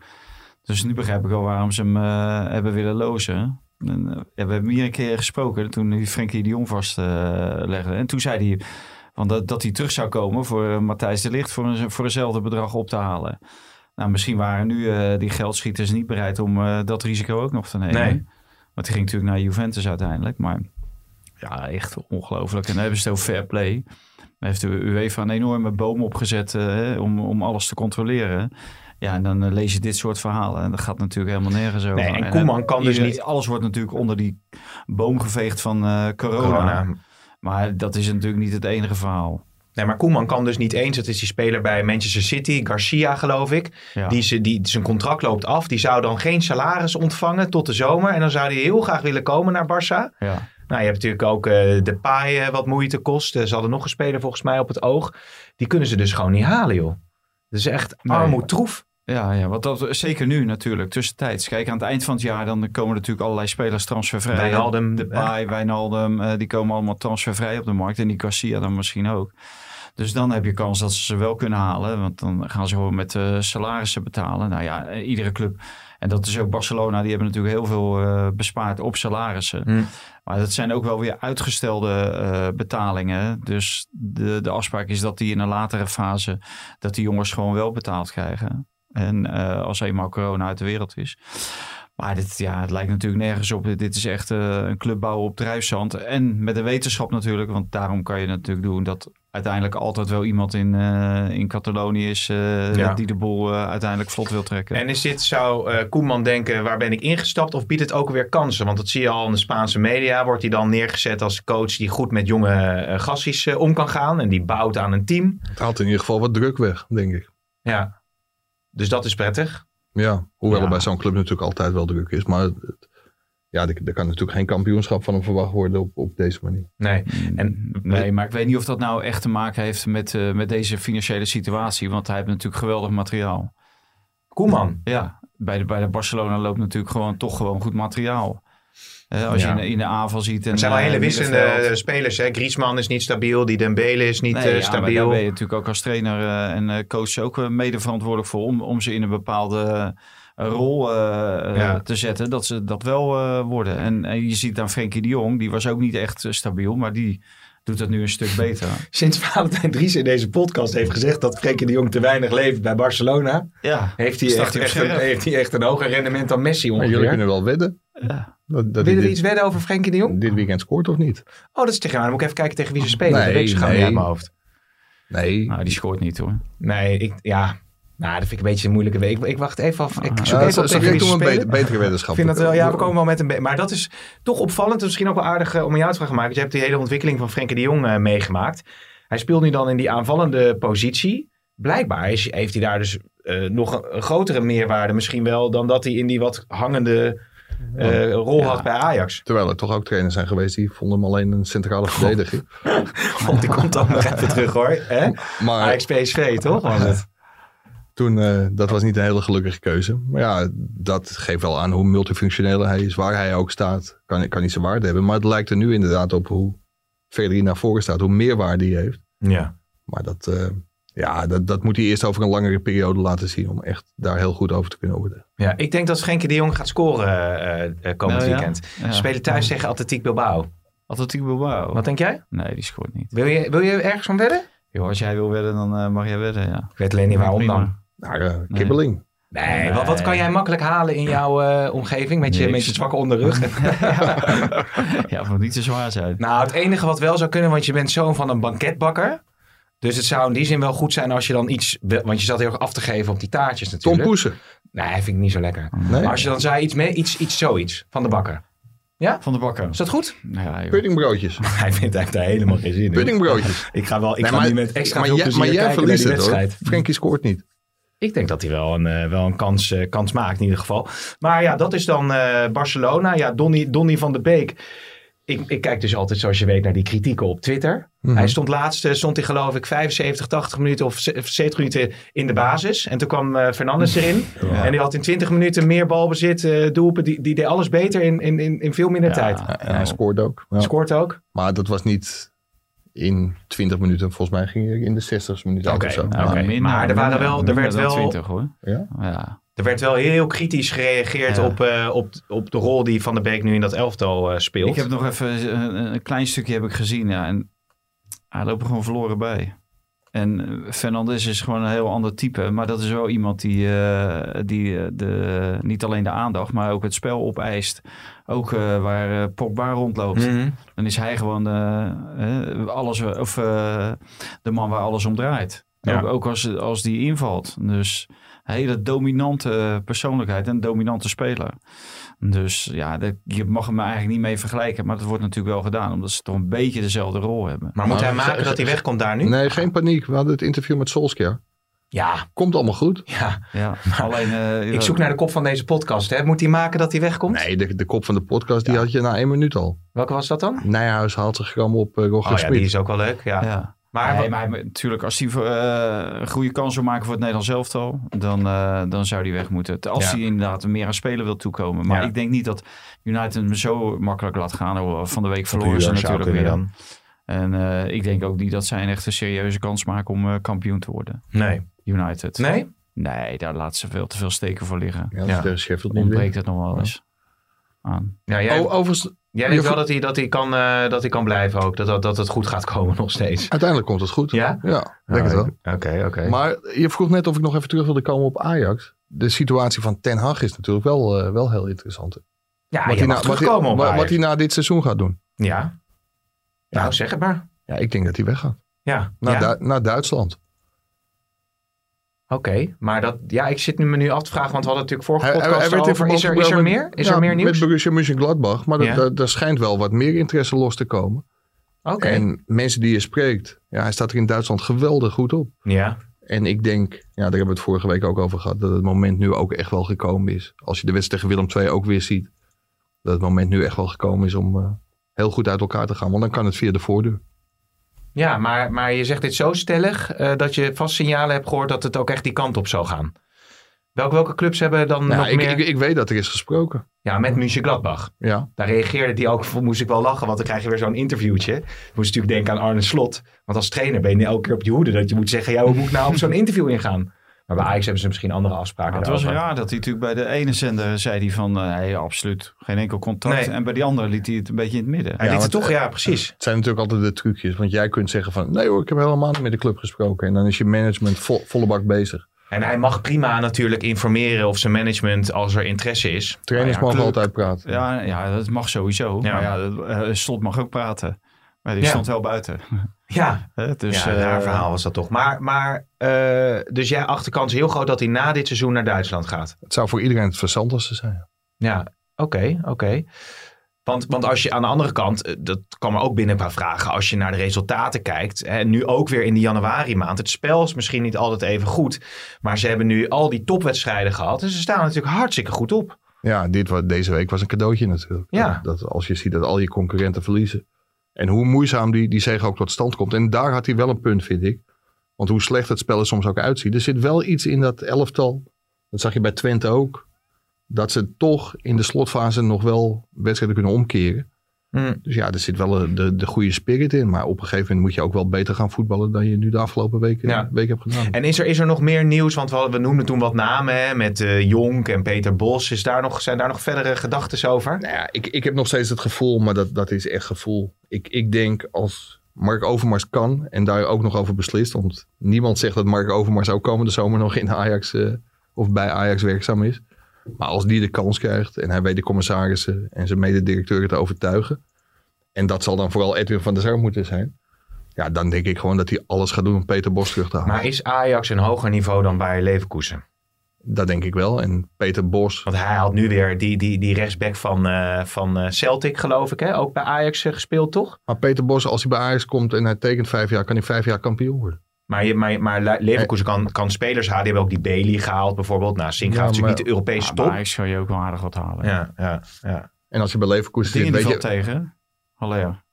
S3: Dus nu begrijp ik al waarom ze hem eh, hebben willen lozen. En, eh, ja, we hebben hier een keer gesproken toen hij Frenkie de Jong vastlegde. legde. en toen zei hij want dat, dat hij terug zou komen voor eh, Matthijs de Ligt voor, een, voor eenzelfde bedrag op te halen. Nou, misschien waren nu eh, die geldschieters niet bereid om eh, dat risico ook nog te nemen.
S2: Nee.
S3: Want die ging natuurlijk naar Juventus uiteindelijk. Maar ja, echt ongelooflijk. En dan hebben ze het over fair play. Daar heeft de UEFA een enorme boom opgezet eh, hè, om, om alles te controleren. Ja, en dan eh, lees je dit soort verhalen. En dat gaat natuurlijk helemaal nergens over.
S2: en Koeman kan dus niet-
S3: Alles wordt natuurlijk onder die boom geveegd van eh, corona.
S2: Corona.
S3: Maar dat is natuurlijk niet het enige verhaal.
S2: Nee, maar Koeman kan dus niet eens. Dat is die speler bij Manchester City, Garcia geloof ik.
S3: Ja.
S2: Die, ze, die, zijn contract loopt af. Die zou dan geen salaris ontvangen tot de zomer. En dan zou hij heel graag willen komen naar Barça.
S3: Ja.
S2: Nou, je hebt natuurlijk ook eh de paai wat moeite kost. Eh, ze hadden nog een speler volgens mij op het oog. Die kunnen ze dus gewoon niet halen, joh. Dat is echt
S3: Nee.
S2: armoedtroef.
S3: Ja, ja, want dat, zeker nu natuurlijk, tussentijds. Kijk, aan het eind van het jaar dan komen er natuurlijk allerlei spelers transfervrij.
S2: Wijnaldum,
S3: de Pai, Wijnaldum, eh, die komen allemaal transfervrij op de markt. En die Garcia dan misschien ook. Dus dan heb je kans dat ze ze wel kunnen halen. Want dan gaan ze gewoon met eh, salarissen betalen. Nou ja, eh, iedere club. En dat is ook Barcelona. Die hebben natuurlijk heel veel eh, bespaard op salarissen.
S2: Hmm.
S3: Maar dat zijn ook wel weer uitgestelde eh, betalingen. Dus de, de afspraak is dat die in een latere fase... dat die jongens gewoon wel betaald krijgen. En eh, als eenmaal corona uit de wereld is. Maar dit, ja, het lijkt natuurlijk nergens op. Dit dit is echt eh, een club bouwen op drijfzand. En met de wetenschap natuurlijk. Want daarom kan je natuurlijk doen dat uiteindelijk altijd wel iemand in, eh, in Catalonië is... eh,
S2: Ja.
S3: die de boel eh, uiteindelijk vlot wil trekken.
S2: En is dit, zou eh, Koeman denken, waar ben ik ingestapt? Of biedt het ook weer kansen? Want dat zie je al in de Spaanse media. Wordt hij dan neergezet als coach die goed met jonge eh, gasties eh, om kan gaan. En die bouwt aan een team.
S4: Het haalt in ieder geval wat druk weg, denk ik.
S2: Ja. Dus dat is prettig.
S4: Ja, hoewel
S3: Ja.
S4: er bij zo'n club natuurlijk altijd wel druk is. Maar het, het- ja, er, er kan natuurlijk geen kampioenschap van hem verwacht worden op, op deze manier.
S2: Nee.
S3: En, Mm. nee, maar ik weet niet of dat nou echt te maken heeft met, eh, met deze financiële situatie. Want hij heeft natuurlijk geweldig materiaal.
S2: Koeman.
S3: Ja, bij de, bij de Barcelona loopt natuurlijk gewoon toch gewoon goed materiaal. Eh, als
S2: Ja.
S3: je in, in de aanval ziet. En,
S2: Het zijn wel
S3: eh,
S2: hele wisselende
S3: middenveld.
S2: spelers. Hè? Griezmann is niet stabiel. Die Dembele is niet
S3: Nee,
S2: eh,
S3: ja, maar daar
S2: stabiel.
S3: ben je natuurlijk ook als trainer eh, en eh, coach ook eh, mede verantwoordelijk voor. Om, om ze in een bepaalde eh, rol eh, eh,
S2: Ja.
S3: te zetten. Dat ze dat wel eh, worden. En, en je ziet dan Frenkie de Jong. Die was ook niet echt eh, stabiel. Maar die doet dat nu een stuk beter.
S2: Sinds Valentijn Dries in deze podcast heeft gezegd dat Frenkie de Jong te weinig leeft bij Barcelona.
S3: ja.
S2: Heeft hij,
S3: Staat
S2: echt,
S3: hij op
S2: echt een,
S3: scherp?
S2: heeft hij echt een hoger rendement dan Messi
S4: Maar jullie
S2: ongeveer.
S4: kunnen wel wedden.
S3: Ja.
S4: Dat, dat
S2: Wil je
S4: hij
S2: er
S4: dit,
S2: iets wedden over Frenkie de Jong?
S4: dit weekend scoort of niet?
S2: Oh, dat is tegen. Dan moet ik even kijken tegen wie ze spelen.
S4: Oh, Nee,
S2: dat weet ik zo gauw
S4: nee.
S2: niet uit mijn hoofd.
S4: Nee.
S3: Nou, die scoort niet hoor.
S2: Nee, ik, ja. Nou, dat vind ik een beetje een moeilijke week. Ik, ik wacht even af. Ik zoek
S4: Ja,
S2: even
S4: zo-
S2: op
S4: zo-
S2: tegen
S4: ik
S2: wie ze
S4: doe een
S2: spelen.
S4: be- betere weddenschap.
S2: Ik vind dat wel, ja, we komen wel met een... be- Maar dat is toch opvallend en misschien ook wel aardig eh, om aan jou te vragen, Mark. Je hebt die hele ontwikkeling van Frenkie de Jong eh, meegemaakt. Hij speelt nu dan in die aanvallende positie. Blijkbaar is, heeft hij daar dus eh, nog een, een grotere meerwaarde misschien wel... dan dat hij in die wat hangende
S4: Oh,
S2: eh, rol had bij Ajax.
S4: Terwijl er toch ook trainers zijn geweest die vonden hem alleen een centrale verdediger.
S2: Want die komt dan nog even terug hoor.
S4: Oh,
S2: Hè?
S4: Maar
S2: Ajax PSV toch was het?
S4: toen, eh, dat was niet een hele gelukkige keuze. Maar ja, dat geeft wel aan hoe multifunctioneel hij is. Waar hij ook staat, kan, kan hij zijn waarde hebben. Maar het lijkt er nu inderdaad op hoe verder hij naar voren staat, hoe meer waarde hij heeft.
S2: Ja.
S4: Maar dat, eh, ja, dat, dat moet hij eerst over een langere periode laten zien om echt daar heel goed over te kunnen worden.
S2: Ja, ik denk dat Frenkie de Jong gaat scoren eh, eh, komend
S3: Nou ja.
S2: weekend.
S3: Ja.
S2: Ze spelen thuis tegen Atletiek Bilbao.
S3: Atletico Bilbao.
S2: Wat denk jij?
S3: Nee, die scoort niet.
S2: Wil je, wil je ergens van wedden?
S3: Joh, als jij wil wedden, dan eh, mag jij wedden, ja.
S2: Ik weet alleen niet waarom
S3: Prima.
S2: dan.
S4: Nou, eh, kibbeling.
S2: Nee, Wat, wat kan jij makkelijk halen in jouw eh, omgeving met je,
S3: Niks.
S2: met je zwakke onderrug?
S3: Ja, het moet niet te zwaar zijn.
S2: nou, het enige wat wel zou kunnen, want je bent zoon van een banketbakker. Dus het zou in die zin wel goed zijn als je dan iets... wil- Want je zat heel erg af te geven op die taartjes
S4: Tom
S2: natuurlijk.
S4: Poesen.
S2: Nee, vind ik niet zo lekker.
S4: Nee.
S2: Maar als je dan zei iets, mee, iets, iets zoiets van de bakker.
S3: Van de bakker.
S2: Is dat goed?
S3: Nou Ja, joh.
S4: Puddingbroodjes.
S2: Hij vindt echt daar helemaal geen zin
S4: Puddingbroodjes.
S2: Ik ga wel, ik
S4: Nee,
S2: ga
S4: maar-
S2: nu met extra
S4: maar
S2: veel
S4: jij-
S2: plezier
S4: maar jij
S2: kijken naar
S4: verliest
S2: die
S4: het hoor.
S2: wedstrijd.
S4: Frenkie scoort niet.
S2: Ik denk dat hij wel een, eh, wel een kans, eh, kans maakt in ieder geval. Maar ja, dat is dan eh, Barcelona. Ja, Donny, Donny van de Beek. Ik, ik kijk dus altijd, zoals je weet, naar die kritieken op Twitter. Hij stond laatst, eh, stond hij geloof ik 75, 80 minuten of ze- 70 minuten in de basis. En toen kwam eh Fernandes erin. En die had in 20 minuten meer balbezit, eh doelpen. Die, die deed alles beter in, in, in, in veel minder tijd.
S4: Ja, en hij scoort ook. Ja.
S2: Scoort ook.
S4: Maar dat was niet in 20 minuten. Volgens mij ging hij in de 60 minuten uit
S2: Oké,
S4: of zo.
S2: oké.
S3: Ja,
S4: Maar-
S3: Nou, minder,
S2: maar er waren wel- er
S3: minder
S2: werd
S3: dan
S2: wel-
S3: 20, hoor.
S4: Ja?
S3: Ja.
S2: Er werd wel heel kritisch gereageerd
S3: Ja.
S2: op, eh, op, op de rol die Van de Beek nu in dat elftal eh, speelt.
S3: Ik heb nog even een, een klein stukje heb ik gezien. Ja, en hij loopt er gewoon verloren bij. En eh, Fernandes is gewoon een heel ander type. Maar dat is wel iemand die, eh, die eh, de, niet alleen de aandacht, maar ook het spel opeist. Ook eh, waar eh, Pogba rondloopt.
S2: Mhm.
S3: Dan is hij gewoon de, eh, alles, eh, of, eh, de man waar alles om draait.
S2: Ja.
S3: Ook, ook als, als die invalt. Dus een hele dominante persoonlijkheid en een dominante speler. Dus ja, dat- je mag hem eigenlijk niet mee vergelijken. Maar dat wordt natuurlijk wel gedaan, omdat ze toch een beetje dezelfde rol hebben.
S2: Maar moet
S4: Maar
S2: hij
S4: ze-
S2: maken
S4: ze-
S2: dat hij wegkomt daar nu?
S4: Nee, geen paniek. We hadden het interview met Solskjaer.
S2: Ja,
S4: Komt allemaal goed.
S2: ja.
S3: Ja, alleen... eh,
S2: Ik zoek naar de kop van deze podcast. Hè. Moet hij maken dat hij wegkomt?
S4: Nee, de, de kop van de podcast die had je na één minuut al.
S2: Welke was dat dan?
S4: Nijhuis haalt zich gram op eh, Roger
S2: Oh ja,
S4: Smit.
S2: die is ook wel leuk. Ja.
S3: Ja.
S2: Maar,
S3: Nee, maar hij- natuurlijk, als hij voor, eh, een goede kans wil maken voor het Nederlands elftal, dan, eh, dan zou hij weg moeten. Als
S2: Ja.
S3: hij inderdaad meer aan spelen wil toekomen. Maar
S2: Ja.
S3: ik denk niet dat United hem zo makkelijk laat gaan. Oh, Van de week verloren ze
S2: Huur zou
S3: natuurlijk weer.
S2: kunnen
S3: En eh, ik denk ook niet dat zij een echt een serieuze kans maken om eh, kampioen te worden.
S2: Nee.
S3: United.
S2: Nee?
S3: Nee, daar laat ze veel te veel steken voor liggen.
S4: Ja, dat
S2: Ja.
S4: is tegen Sheffield niet
S3: Ontbreekt het nog wel eens aan.
S2: Ja,
S4: meer.
S2: jij,
S4: O- overigens,
S2: jij denkt
S4: je-
S2: wel dat hij, dat, hij kan, eh, dat hij kan blijven ook. Dat, dat, dat het goed gaat komen nog steeds.
S4: uiteindelijk komt het goed.
S2: Ja?
S4: Ja, denk het wel.
S2: Oké, oké.
S4: Maar je vroeg net of ik nog even terug wilde komen op Ajax. De situatie van Ten Hag is natuurlijk wel, eh, wel heel interessant.
S2: Ja,
S4: wat,
S2: je
S4: hij na,
S2: mag
S4: wat, hij,
S2: terugkomen op
S4: wat, wat
S2: Ajax.
S4: hij na dit seizoen gaat doen.
S2: Ja. Nou, zeg het maar.
S4: Ja, ik denk dat hij weggaat.
S2: Ja,
S4: Naar,
S2: ja.
S4: Du- naar Duitsland.
S2: oké. Maar dat, ja, ik zit nu me nu af te vragen, want we hadden natuurlijk vorige
S4: Hij- hij-
S2: podcast
S4: hij werd in
S2: over. Is er,
S4: verband
S2: is er
S4: met-
S2: meer? Is
S4: ja,
S2: er meer nieuws?
S4: Met Borussia Mönchengladbach. Maar dat-
S2: Ja.
S4: daar, daar schijnt wel wat meer interesse los te komen.
S2: Oké.
S4: En mensen die je spreekt. Ja, hij staat er in Duitsland geweldig goed op.
S2: Ja.
S4: En ik denk, ja, daar hebben we het vorige week ook over gehad. Dat het moment nu ook echt wel gekomen is. Als je de wedstrijd tegen Willem II ook weer ziet. Dat het moment nu echt wel gekomen is om eh, heel goed uit elkaar te gaan. Want dan kan het via de voordeur.
S2: Ja, maar, maar je zegt dit zo stellig eh, dat je vast signalen hebt gehoord dat het ook echt die kant op zou gaan. Welke, welke clubs hebben dan nog
S4: Nou, ik,
S2: meer?
S4: ik, ik weet dat er is gesproken.
S2: Ja, met Mönchengladbach.
S4: Ja,
S2: Daar reageerde die ook, moest ik wel lachen, want dan krijg je weer zo'n interviewtje. Dan Moest je natuurlijk denken aan Arne Slot. Want als trainer ben je elke keer op je hoede dat je moet zeggen, ja, hoe moet ik nou op zo'n interview ingaan? Maar bij Ajax hebben ze misschien andere afspraken
S3: Maar Ah, het was
S2: daarover.
S3: raar dat hij natuurlijk bij de ene zender zei hij van, eh, nee, absoluut, geen enkel contact.
S2: Nee.
S3: En bij die andere liet hij het een beetje in het midden.
S2: Hij
S4: Ja,
S2: liet het
S4: want- eh,
S2: toch, ja, precies.
S4: het zijn natuurlijk altijd de trucjes. Want jij kunt zeggen van, nee hoor, ik heb helemaal niet met de club gesproken. En dan is je management vo- volle bak bezig.
S2: En hij mag prima natuurlijk informeren of zijn management als er interesse is.
S4: Trainers
S3: Nou ja,
S4: mogen
S3: club-
S4: altijd praten.
S3: Ja, ja, dat mag sowieso.
S2: Ja.
S3: Maar ja, dat- eh, Slot mag ook praten. Maar die
S2: Ja.
S3: stond wel buiten.
S2: Ja,
S3: Hè,
S2: Dus,
S3: Dus,
S2: ja, een raar
S3: eh,
S2: verhaal was dat toch. Maar, maar eh, dus jij achterkans heel groot dat hij na dit seizoen naar Duitsland gaat.
S4: Het zou voor iedereen het verstandigste zijn.
S2: Ja, oké, oké. Want, want als je aan de andere kant, eh, dat kan me ook binnen een paar vragen, als je naar de resultaten kijkt, hè, nu ook weer in de januari maand, het spel is misschien niet altijd even goed, maar ze hebben nu al die topwedstrijden gehad en ze staan natuurlijk hartstikke goed op.
S4: Ja, dit, wa- deze week was een cadeautje natuurlijk. Eh,
S2: Ja.
S4: Dat, dat als je ziet dat al je concurrenten verliezen. En hoe moeizaam die, die zege ook tot stand komt. En daar had hij wel een punt, vind ik. Want hoe slecht het spel er soms ook uitziet. Er zit wel iets in dat elftal. Dat zag je bij Twente ook. Dat ze toch in de slotfase nog wel wedstrijden kunnen omkeren.
S2: Mm.
S4: Dus ja, er zit wel een- de, de goede spirit in. Maar op een gegeven moment moet je ook wel beter gaan voetballen dan je nu de afgelopen weken
S2: Ja.
S4: week hebt gedaan.
S2: En is er, is er nog meer nieuws? Want we, hadden- we noemden toen wat namen hè, met eh, Jonk en Peter Bos. Is daar nog, zijn daar nog verdere gedachten over?
S4: Nou ja, ik, ik heb nog steeds het gevoel, maar dat, dat is echt gevoel. Ik, ik denk als Mark Overmars kan en daar ook nog over beslist. Want niemand zegt dat Mark Overmars ook komende zomer nog in Ajax eh, of bij Ajax werkzaam is. Maar als die de kans krijgt en hij weet de commissarissen en zijn mededirecteuren te overtuigen. En dat zal dan vooral Edwin van der Sar moeten zijn. Ja, dan denk ik gewoon dat hij alles gaat doen om Peter Bos terug te halen.
S2: Maar is Ajax een hoger niveau dan bij Leverkusen?
S4: Dat denk ik wel. En Peter Bos,
S2: Want hij haalt nu weer die, die, die rechtsback van, eh, van eh, Celtic, geloof ik. Hè? Ook bij Ajax eh, gespeeld, toch?
S4: maar Peter Bos als hij bij Ajax komt en hij tekent vijf jaar, kan hij vijf jaar kampioen worden.
S2: Maar, je- maar, maar Le- Leverkusen kan, kan spelers halen. Die hebben ook die Bailey gehaald, bijvoorbeeld. Nou, Sink
S4: Ja,
S2: gaat natuurlijk niet
S4: maar-
S2: de Europese
S3: Ja, bij
S2: top.
S3: Ajax zou je ook wel aardig wat halen.
S2: Ja, dus ja, ja.
S4: En als je bij Leverkusen
S3: Dingen
S4: zit,
S3: die
S4: weet
S3: valt
S4: je,
S3: tegen. hè? Hallo ja.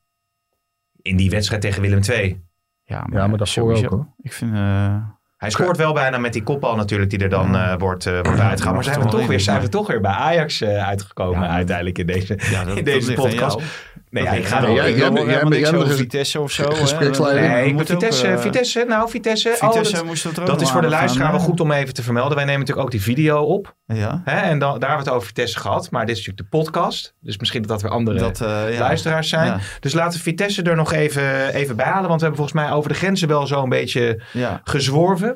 S2: In die wedstrijd tegen Willem II.
S3: Ja,
S4: Ja, maar daarvoor ook, hoor.
S3: Ik vind... eh,
S2: Hij scoort wel bijna met die kopbal natuurlijk die er dan
S3: Ja.
S2: eh, wordt, eh wordt uitgehaald. Maar
S3: mag
S2: zijn
S3: toch
S2: we,
S3: wel
S2: toch
S3: in,
S2: weer, zijn we
S3: maar-
S2: toch weer bij Ajax eh, uitgekomen
S3: Ja, dat-
S2: uiteindelijk in deze,
S3: ja, dat,
S2: in
S3: dat
S2: deze
S3: ligt aan
S2: podcast.
S3: jou.
S2: Nee, ja,
S3: Dat
S2: ik
S3: ligt
S2: ga
S3: aan
S2: er
S3: jou.
S4: jij-
S3: Ik
S4: jij-
S3: hoor
S4: jij-
S3: helemaal
S4: jij-
S3: niks
S4: jij-
S3: over
S4: jij-
S3: Vitesse of zo. hè.
S4: gespreksleider.
S3: We- we
S2: dus Nee, maar
S3: moeten ook,
S2: Vitesse,
S3: eh,
S2: Vitesse, nou Vitesse. oh,
S3: Vitesse
S2: dat,
S3: moest er ook
S2: dat
S3: nog
S2: is voor de
S3: aan
S2: luisteraar
S3: gaan,
S2: wel
S3: hè?
S2: goed om even te vermelden. Wij nemen natuurlijk ook die video op.
S3: Ja.
S2: Hè? En dan, daar hebben we het over Vitesse gehad. Maar dit is natuurlijk de podcast. Dus misschien dat dat weer andere
S3: Dat, eh, ja.
S2: luisteraars zijn.
S3: Ja.
S2: Dus laten we Vitesse er nog even, even bij halen. Want we hebben volgens mij over de grenzen wel zo'n beetje
S3: Ja.
S2: gezworven.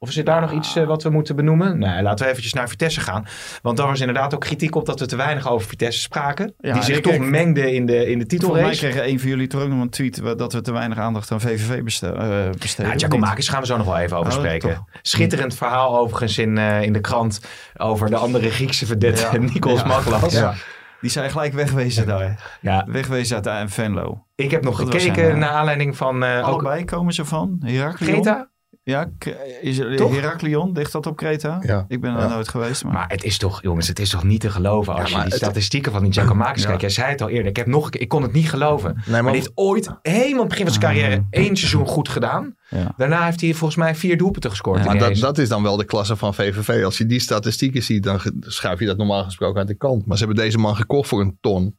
S2: Of zit daar nog iets eh, wat we moeten benoemen? Nee, laten we eventjes naar Vitesse gaan. Want daar was inderdaad ook kritiek op dat we te weinig over Vitesse spraken.
S3: Ja,
S2: die
S3: en
S2: zich
S3: ik-
S2: toch
S3: ik-
S2: mengde in de, in de
S3: Volgens mij
S2: titelrace.
S3: kregen een van jullie toch ook nog een tweet eh, dat we te weinig aandacht aan VVV beste- eh, besteden.
S2: Nou,
S3: of niet?
S2: Giacomakis gaan we zo nog wel even over
S3: Oh,
S2: spreken.
S3: toch.
S2: Schitterend verhaal overigens in, eh, in de krant over de andere Griekse verdette
S3: Ja.
S2: Nikos
S3: Ja.
S2: Maglas. Ja.
S3: Ja. Die zijn gelijk wegwezen daar.
S2: Ja.
S3: Wegwezen uit de AM Venlo.
S2: Ik heb nog
S3: Dat was
S2: gekeken
S3: zijn, eh,
S2: naar aanleiding van eh, ook
S3: Allebei komen ze van. Heraklion.
S2: Greta.
S3: Ja, K- is er-
S2: Toch?
S3: Heraklion, ligt dat op Creta?
S4: Ja.
S3: Ik ben er
S4: Ja.
S3: nooit geweest. Maar,
S2: Maar het is toch, jongens, het is toch niet te geloven als je die statistieken van die Giacomakis kijkt. Jij zei het al eerder, ik, heb nog, een keer- ik kon het niet geloven.
S4: Nee,
S2: Maar
S4: maar
S2: die heeft ooit helemaal het begin van zijn carrière één seizoen goed gedaan.
S3: Ja.
S2: Daarna heeft hij volgens mij vier doelpunten gescoord.
S4: Maar
S2: ineens.
S4: dat, dat is dan wel de klasse van VVV. Als je die statistieken ziet, dan ge- schuif je dat normaal gesproken aan de kant. Maar ze hebben deze man gekocht voor een ton.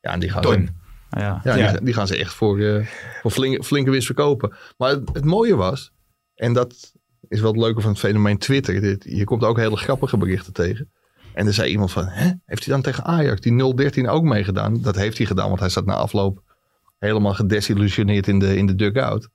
S4: Ja, en die gaan,
S2: Ton.
S4: Ze,
S3: ja.
S4: ja,
S2: Ja.
S4: Die, die gaan ze echt voor, eh, voor flinke, flinke winst verkopen. Maar het, het mooie was, en dat is wel het leuke van het fenomeen Twitter. Dit, je komt ook hele grappige berichten tegen. En er zei iemand van, Hè? heeft hij dan tegen Ajax die 013 ook meegedaan? Dat heeft hij gedaan, want hij zat na afloop helemaal gedesillusioneerd in de, in de dugout.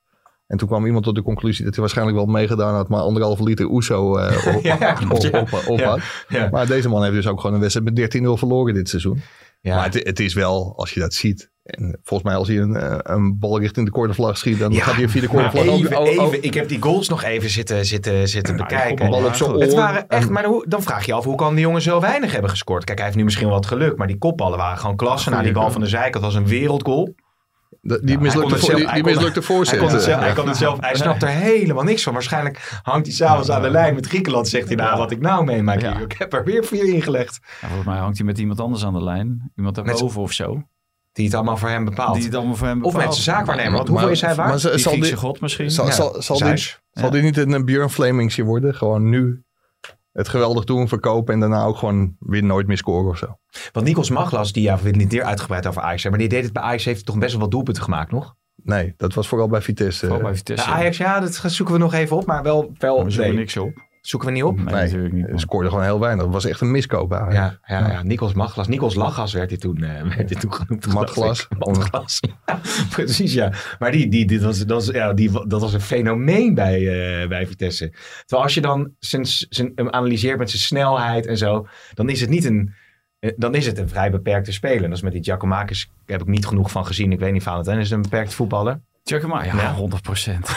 S4: En toen kwam iemand tot de conclusie dat hij waarschijnlijk wel meegedaan had, maar anderhalve liter Oeso eh, op,
S2: Ja, klopt,
S4: op,
S2: ja.
S4: op- op
S2: Ja,
S4: had.
S2: ja.
S4: Maar deze man heeft dus ook gewoon een wedstrijd met 13-0 verloren dit seizoen.
S2: Ja.
S4: Maar het, het is wel, als je dat ziet. En volgens mij als hij een, eh, een bal richting de cornervlag schiet, dan
S2: Ja,
S4: gaat hij via de
S2: Maar
S4: cornervlag
S2: even,
S4: ook- ook- ook-
S2: even, ik heb die goals nog even zitten, zitten, zitten bekijken.
S4: bal op zijn oor.
S2: Het waren echt,
S4: En-
S2: maar hoe, dan vraag je je af, hoe kan die jongen zo weinig hebben gescoord? Kijk, hij heeft nu misschien wel wat geluk, maar die kopballen waren gewoon klasse. Nou, die bal van de zijkant was een wereldgoal.
S4: dat- die mislukte,
S2: kon het
S4: voor,
S2: zelf-
S4: die,
S2: hij
S4: die
S2: kon-
S4: mislukte
S2: Hij, kon het
S4: voorzet. eh.
S2: zelf, hij, kon het zelf, hij snapt er helemaal niks van. Waarschijnlijk hangt hij s'avonds aan de lijn met Griekenland. Zegt hij, nou, wat ik nou meemaak
S3: Ja.
S2: hier. Ik heb er weer vier ingelegd.
S3: Ja, volgens mij hangt hij met iemand anders aan de lijn. Iemand daarboven of zo.
S2: Die het allemaal voor hem bepaalt.
S3: Die het allemaal voor hem
S2: Of
S3: bepaalt.
S2: mensen zaakwaarnemer. Want
S4: Maar-
S2: hoeveel is hij waard?
S4: maar ze-
S3: Die
S4: zal
S3: Griekse
S4: dit-
S3: god misschien.
S4: Zal,
S2: Ja,
S4: zal, zal, dit,
S2: Zeus.
S4: zal dit niet een Björn Flemingsje worden? Gewoon nu het geweldig doen, verkopen en daarna ook gewoon weer nooit meer scoren of zo.
S2: Want Nikos Maglas, die ja, we willen niet meer uitgebreid over Ajax hebben, maar die deed het bij Ajax, heeft toch best wel wat doelpunten gemaakt nog?
S4: Nee, dat was vooral bij Vitesse.
S3: Vooral bij Vitesse.
S2: Bij Ajax, ja, dat gaan- zoeken we nog even op, maar wel, wel
S3: Daar zoeken we
S2: nee,
S3: niks op.
S2: zoeken we niet op.
S3: Nee,
S4: Nee,
S3: natuurlijk niet.
S4: Hij eh, scoorde gewoon heel weinig. Dat was echt een miskoop bij Ajax.
S2: Ja, ja, ja, Nikos Maglas, Nikos Lachas werd dit toen, eh werd dit toen genoemd. geloof ik.
S4: Matglas.
S2: Matglas, ja, precies ja. Maar die, die, dit was, dat, was, ja, die, dat was een fenomeen bij, eh, bij Vitesse. Terwijl als je dan zijn, zijn, hem analyseert met zijn snelheid en zo, dan is het niet een... eh, Dan is het een vrij beperkte speler. En dat is met die Giacomakis, heb ik niet genoeg van gezien. Ik weet niet van het. En is het een beperkt voetballer.
S3: Check hem maar. Ja,
S2: Ja.
S3: 100 procent.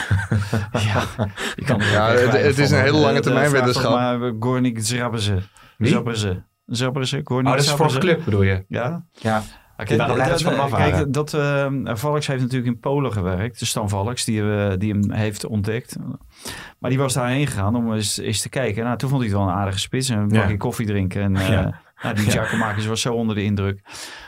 S3: ja, je kan er
S4: Ja,
S3: echt
S4: het-
S3: weinig
S4: het is
S3: van
S4: een hele lange
S3: Eh,
S4: termijn
S3: vraag
S4: weddenschap.
S3: toch Maar eh, Gornik Zrabbeze.
S2: Wie?
S3: Zabbeze. Zabbeze, Gornik
S2: Oh, dat is voor
S3: Zabbeze.
S2: een club bedoel je?
S3: Ja.
S2: Ja.
S3: Kijk,
S2: waren blij dat ze van hem af waren.
S3: kijk, dat, eh, Valks heeft natuurlijk in Polen gewerkt. Dus Stan Valks, die, eh, die hem heeft ontdekt. Maar die was daarheen gegaan om eens, eens te kijken. Nou, toen vond hij het wel een aardige spits. En een
S2: Ja.
S3: bakje koffie drinken. En, eh,
S2: Ja.
S3: Nou, die Giacomakis was zo onder de indruk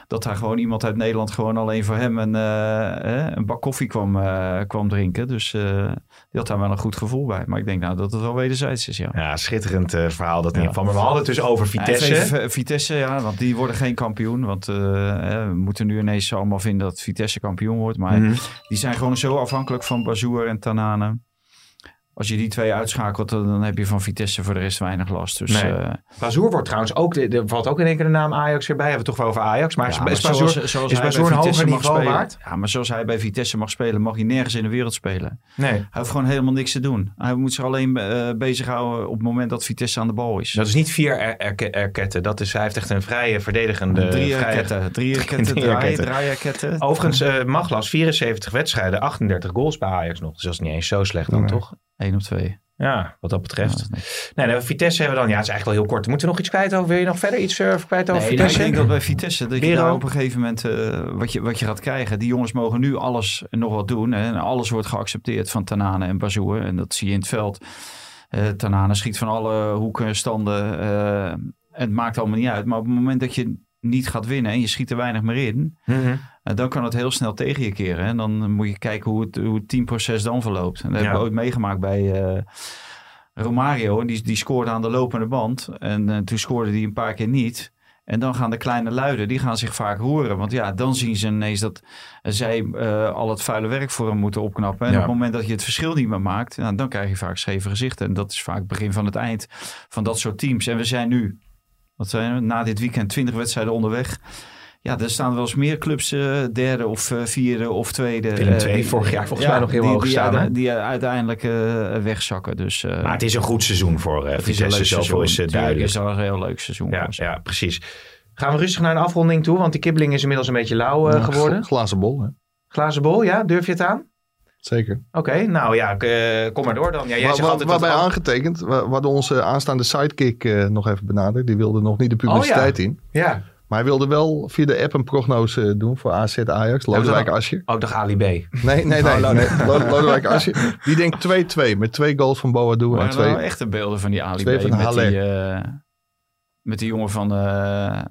S3: dat daar gewoon iemand uit Nederland gewoon alleen voor hem een, eh, eh, een bak koffie kwam, eh, kwam drinken. Dus eh, die had daar wel een goed gevoel bij. Maar ik denk nou dat het wel wederzijds is, ja.
S2: Ja, schitterend eh, verhaal dat in
S3: Ja.
S2: ieder geval. Maar we hadden het dus over Vitesse.
S3: Ja, even, eh, Vitesse, ja, want die worden geen kampioen. Want eh, eh, we moeten nu ineens allemaal vinden dat Vitesse kampioen wordt. Maar
S2: Mhm.
S3: die zijn gewoon zo afhankelijk van Bazoer en Tanane. Als je die twee uitschakelt, dan dan heb je van Vitesse voor de rest weinig last. Dus
S2: Nee.
S3: eh,
S2: Bazoer wordt trouwens ook, er valt ook in één keer de naam Ajax erbij. Hebben we het toch wel over Ajax. Maar,
S3: ja,
S2: is-
S3: maar
S2: is Bazoer, is
S3: hij
S2: Bazoer
S3: bij
S2: een hoger
S3: Vitesse mag
S2: niveau
S3: spelen-
S2: waard?
S3: Ja, maar zoals hij bij Vitesse mag spelen, mag hij nergens in de wereld spelen.
S2: Nee.
S3: Hij heeft gewoon helemaal niks te doen. Hij moet zich alleen eh, bezighouden op het moment dat Vitesse aan de bal is.
S2: Dat is niet vier er- erke- erketten. Dat is, hij heeft echt een vrije verdedigende...
S3: drie
S2: vrije-
S3: raketten, drie raketten,
S2: drie
S3: draai-
S2: raketten.
S3: draairaketten.
S2: Overigens, eh Maglas, 74 wedstrijden, 38 goals bij Ajax nog. Dus dat is niet eens zo slecht dan,
S4: Nee.
S2: toch?
S3: 1 op 2.
S2: Ja, wat dat betreft.
S3: Ja, nee.
S2: nee, nee, Vitesse hebben we dan... Ja, het is eigenlijk wel heel kort. Moeten we nog iets kwijt over? Wil je nog verder iets eh, kwijt over
S3: Nee, nou, ik
S2: Vitesse?
S3: denk dat bij Vitesse, dat je
S2: Bero.
S3: daar op een gegeven moment, eh, wat, je, wat je gaat krijgen. Die jongens mogen nu alles en nog wat doen. En alles wordt geaccepteerd van Tanane en Bazoer. En dat zie je in het veld. Eh Tanane schiet van alle hoeken en standen. eh, het maakt allemaal niet uit. Maar op het moment dat je niet gaat winnen en je schiet er weinig meer in.
S2: Mhm.
S3: eh, dan kan het heel snel tegen je keren. En dan moet je kijken hoe het, hoe het teamproces dan verloopt. En dat hebben
S2: Ja.
S3: we ooit meegemaakt bij... eh, Romario, en die, die scoorde aan de lopende band. En eh, toen scoorde hij een paar keer niet. En dan gaan de kleine luiden, die gaan zich vaak roeren. Want ja, dan zien ze ineens dat zij eh, al het vuile werk voor hem moeten opknappen. En
S2: Ja.
S3: op het moment dat je het verschil niet meer maakt, nou, dan krijg je vaak scheve gezichten. En dat is vaak het begin van het eind van dat soort teams. En we zijn nu, wat zijn we, na dit weekend, 20 wedstrijden onderweg. Ja, er staan wel eens meer clubs eh, derde of eh, vierde of tweede.
S2: Willem
S3: eh,
S2: II
S3: die-
S2: vorig jaar volgens mij nog heel
S3: die,
S2: hoog
S3: die,
S2: staan,
S3: uite-
S2: hè?
S3: die uiteindelijk eh, wegzakken. Dus, eh,
S2: Maar het is een goed seizoen voor eh,
S3: het is een
S2: Vitesse.
S3: leuk
S2: Zoveel
S3: seizoen.
S2: is eh,
S3: Tuurlijk
S2: duidelijk.
S3: is dat een heel leuk seizoen.
S2: Ja,
S3: voor ze.
S2: ja, precies. Gaan we rustig naar een afronding toe, want die kibbeling is inmiddels een beetje lauw eh,
S4: Ja,
S2: geworden.
S4: gl- Glazen bol, hè?
S2: Glazen bol, ja? Durf je het aan?
S4: Zeker.
S2: Oké, nou ja, ik, eh, kom maar door dan. Ja, jij
S4: Waar-
S2: zegt
S4: waar-
S2: altijd dat
S4: waarbij
S2: al-
S4: aangetekend, waar, waar de onze aanstaande sidekick eh, nog even benaderd. Die wilde nog
S2: Oh
S4: niet de publiciteit in.
S2: Ja,
S4: Maar hij wilde wel via de app een prognose doen voor AZ Ajax. Lodewijk
S2: dat-
S4: Asje.
S2: ook dag Oh, Ali B.
S4: Nee, nee, nee. nee. Lo- Lodewijk Asje. Die denkt 2-2 met twee goals van Boadu en
S3: Waren er
S4: twee
S2: nou,
S3: wel echte beelden van die Ali
S4: twee
S3: B
S4: van
S3: met, die,
S4: Halle.
S3: eh, met die jongen van, eh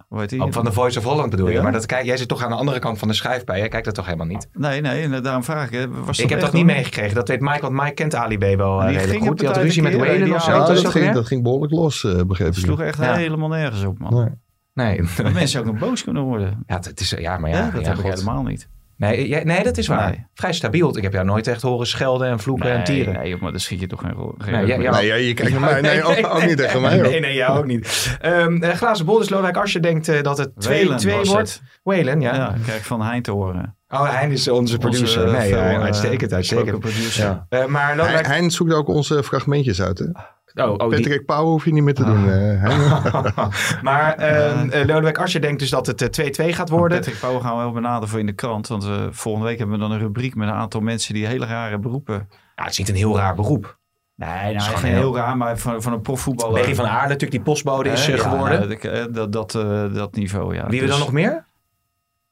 S3: hoe heet die?
S2: Ook Oh, van de Voice of Holland bedoel je.
S3: Ja?
S2: Maar dat, kijk, jij zit toch aan de andere kant van de schijf bij. Jij kijkt dat toch helemaal niet?
S3: Nee, nee, nou, daarom vraag ik. hè. Was
S2: ik heb
S3: echt,
S2: dat niet
S3: hoor?
S2: meegekregen. Dat weet Mike, want Mike kent Ali B wel eh,
S3: Die
S2: redelijk
S3: ging
S2: goed.
S3: op
S2: Die
S3: het
S2: had ruzie met
S3: uit een keer,
S2: Whalen of zo.
S3: ja,
S4: Ja,
S2: dat
S4: Ah, dat,
S2: is ook
S4: ging,
S2: weer?
S4: dat ging behoorlijk los, eh begreep
S3: Het
S4: ik.
S3: sloeg echt
S2: Ja.
S3: helemaal nergens op, man.
S4: Nee.
S2: Nee,
S3: Dat mensen ook nog boos kunnen worden.
S2: ja, het is, ja, maar ja,
S3: Ja, dat
S2: ja,
S3: heb ik
S2: God.
S3: helemaal niet.
S2: Nee, jij- nee, dat is waar.
S3: Nee.
S2: Vrij stabiel. Ik heb jou nooit echt horen schelden en vloeken en tieren.
S3: nee, joh, maar dan schiet je toch geen rol. geen
S2: Nee,
S3: rol
S2: ja,
S3: meer.
S2: ja.
S4: Nee, ja, je kijkt naar mij. Nee, ook, ook niet tegen mij. hoor.
S2: Nee, nee, jou ook niet. Ehm eh, glazen bol, dus Lodewijk Asscher denkt eh, dat het 2-2
S3: Whalen was
S2: wordt. Whalen, ja.
S3: Ja, ik krijg van Hein te horen.
S2: Oh, hij is onze producer.
S3: Onze, eh,
S2: nee, ja,
S3: veel, eh,
S2: uitstekend, uitstekend.
S3: gesproken producer.
S4: Ja.
S2: Eh, maar
S4: Hij,
S2: Lodewijk...
S4: Hein zoekt ook onze fragmentjes uit. Hè?
S2: oh, oh, die- Ah.
S4: Patrick Pauw hoef je niet meer te doen. eh, Hein.
S2: maar ehm, eh, Lodewijk Asscher denkt dus dat het eh, 2-2 gaat worden.
S3: Patrick Pauw gaan we wel benaderen voor in de krant. Want eh, volgende week hebben we dan een rubriek met een aantal mensen die hele rare beroepen.
S2: Ja, het is niet een heel raar beroep.
S3: Nee, nou,
S2: is gewoon
S3: geen
S2: heel-
S3: heel raar, maar van, van een profvoetballer.
S2: Berry van Aarle natuurlijk, die postbode is
S3: Hè?
S2: eh,
S3: Ja,
S2: geworden.
S3: nou, dat- eh, dat, dat, eh, dat niveau, ja. Dus-
S2: Wie we dan nog meer?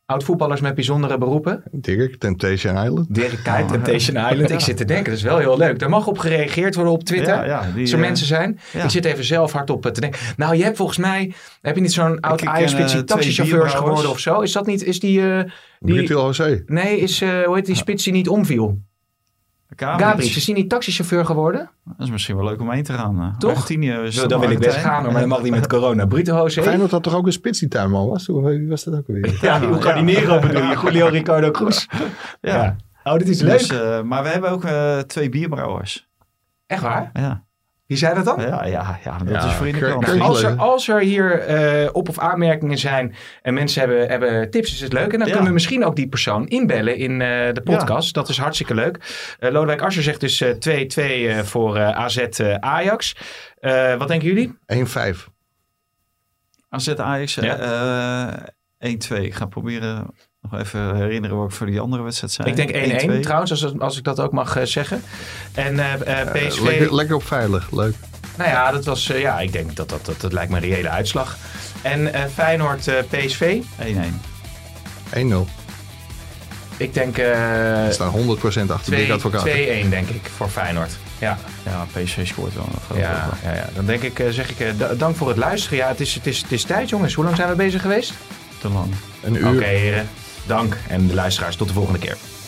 S2: Oud-voetballers met bijzondere beroepen.
S4: Dirk, Temptation Island.
S2: Dirk Kuyt, Temptation Island. Ik zit te denken, dat is wel heel leuk. Daar mag op gereageerd worden op Twitter.
S3: Ja, ja, die,
S2: Als er
S3: eh,
S2: mensen zijn.
S3: ja.
S2: Ik zit even zelf hardop eh, te denken. Nou, je hebt volgens mij... Heb je niet zo'n oud
S3: ken,
S2: Ajax-spits die
S3: eh, twee
S2: taxichauffeurs
S3: bierbrouwers.
S2: geworden of zo? Is dat niet... Is die... eh, die
S4: Brutiel José.
S2: nee, is... eh, hoe heet die spits die niet omviel?
S3: Kamerits.
S2: Gabriel, is die niet taxichauffeur geworden?
S3: Dat is misschien wel leuk om heen te gaan. eh.
S2: Toch?
S3: Argentinië is
S2: Dan,
S3: toch
S2: wil ik best
S3: Argentijn?
S2: gaan, maar dat mag niet met corona. Brito José.
S4: Feyenoord had toch ook een spits die tuinman was? Hoe wie was dat ook alweer?
S2: Ja, hoe kan die Nero bedoel je? Julio Ricardo Cruz. Ja. Oh, dit is leuk.
S3: Dus, eh, maar we hebben ook eh, twee bierbrouwers.
S2: Echt waar?
S3: Ja,
S2: Wie zei dat dan?
S3: ja, ja, ja dat
S4: Ja,
S3: is voor in de
S4: Kirk-
S3: krant.
S4: Kirk-
S2: Als
S3: Als-
S2: er, als er hier eh, op- of aanmerkingen zijn en mensen hebben, hebben tips, is het leuk. En dan
S3: Ja.
S2: kunnen we misschien ook die persoon inbellen in eh, de podcast. Dat is hartstikke leuk. Eh, Lodewijk Asscher zegt dus eh, 2-2 eh, voor eh, AZ eh, Ajax. Eh, wat denken jullie?
S4: 1-5.
S3: AZ Ajax eh,
S2: Ja.
S3: eh, 1-2. Ik ga proberen nog even herinneren wat ik voor die andere wedstrijd zei.
S2: Ik denk 1-1
S3: trouwens.
S2: trouwens, als, als ik dat ook mag eh, zeggen. En eh, eh, PSV...
S4: Lekker, lekker op veilig. Leuk.
S2: Nou ja, dat was... eh, ja, ik denk dat dat, dat, dat lijkt me een reële uitslag. En eh, Feyenoord eh, PSV.
S3: 1-1.
S4: 1-0.
S2: Ik denk eh,
S4: We staan 100% achter
S2: 2
S4: Dirk Advocaat.
S2: 2-1 denk ik voor Feyenoord. Ja.
S3: Ja, PSV scoort wel. Dat geloof ik ook
S2: Ja,
S3: wel.
S2: ja, ja, dan denk ik, eh, zeg ik, eh, da- dank voor het luisteren. Ja, het is, het, is, het is tijd, jongens. Hoe lang zijn we bezig geweest?
S3: Te lang.
S4: Een uur.
S2: Oké, heren. Dank. En de luisteraars, tot de volgende keer.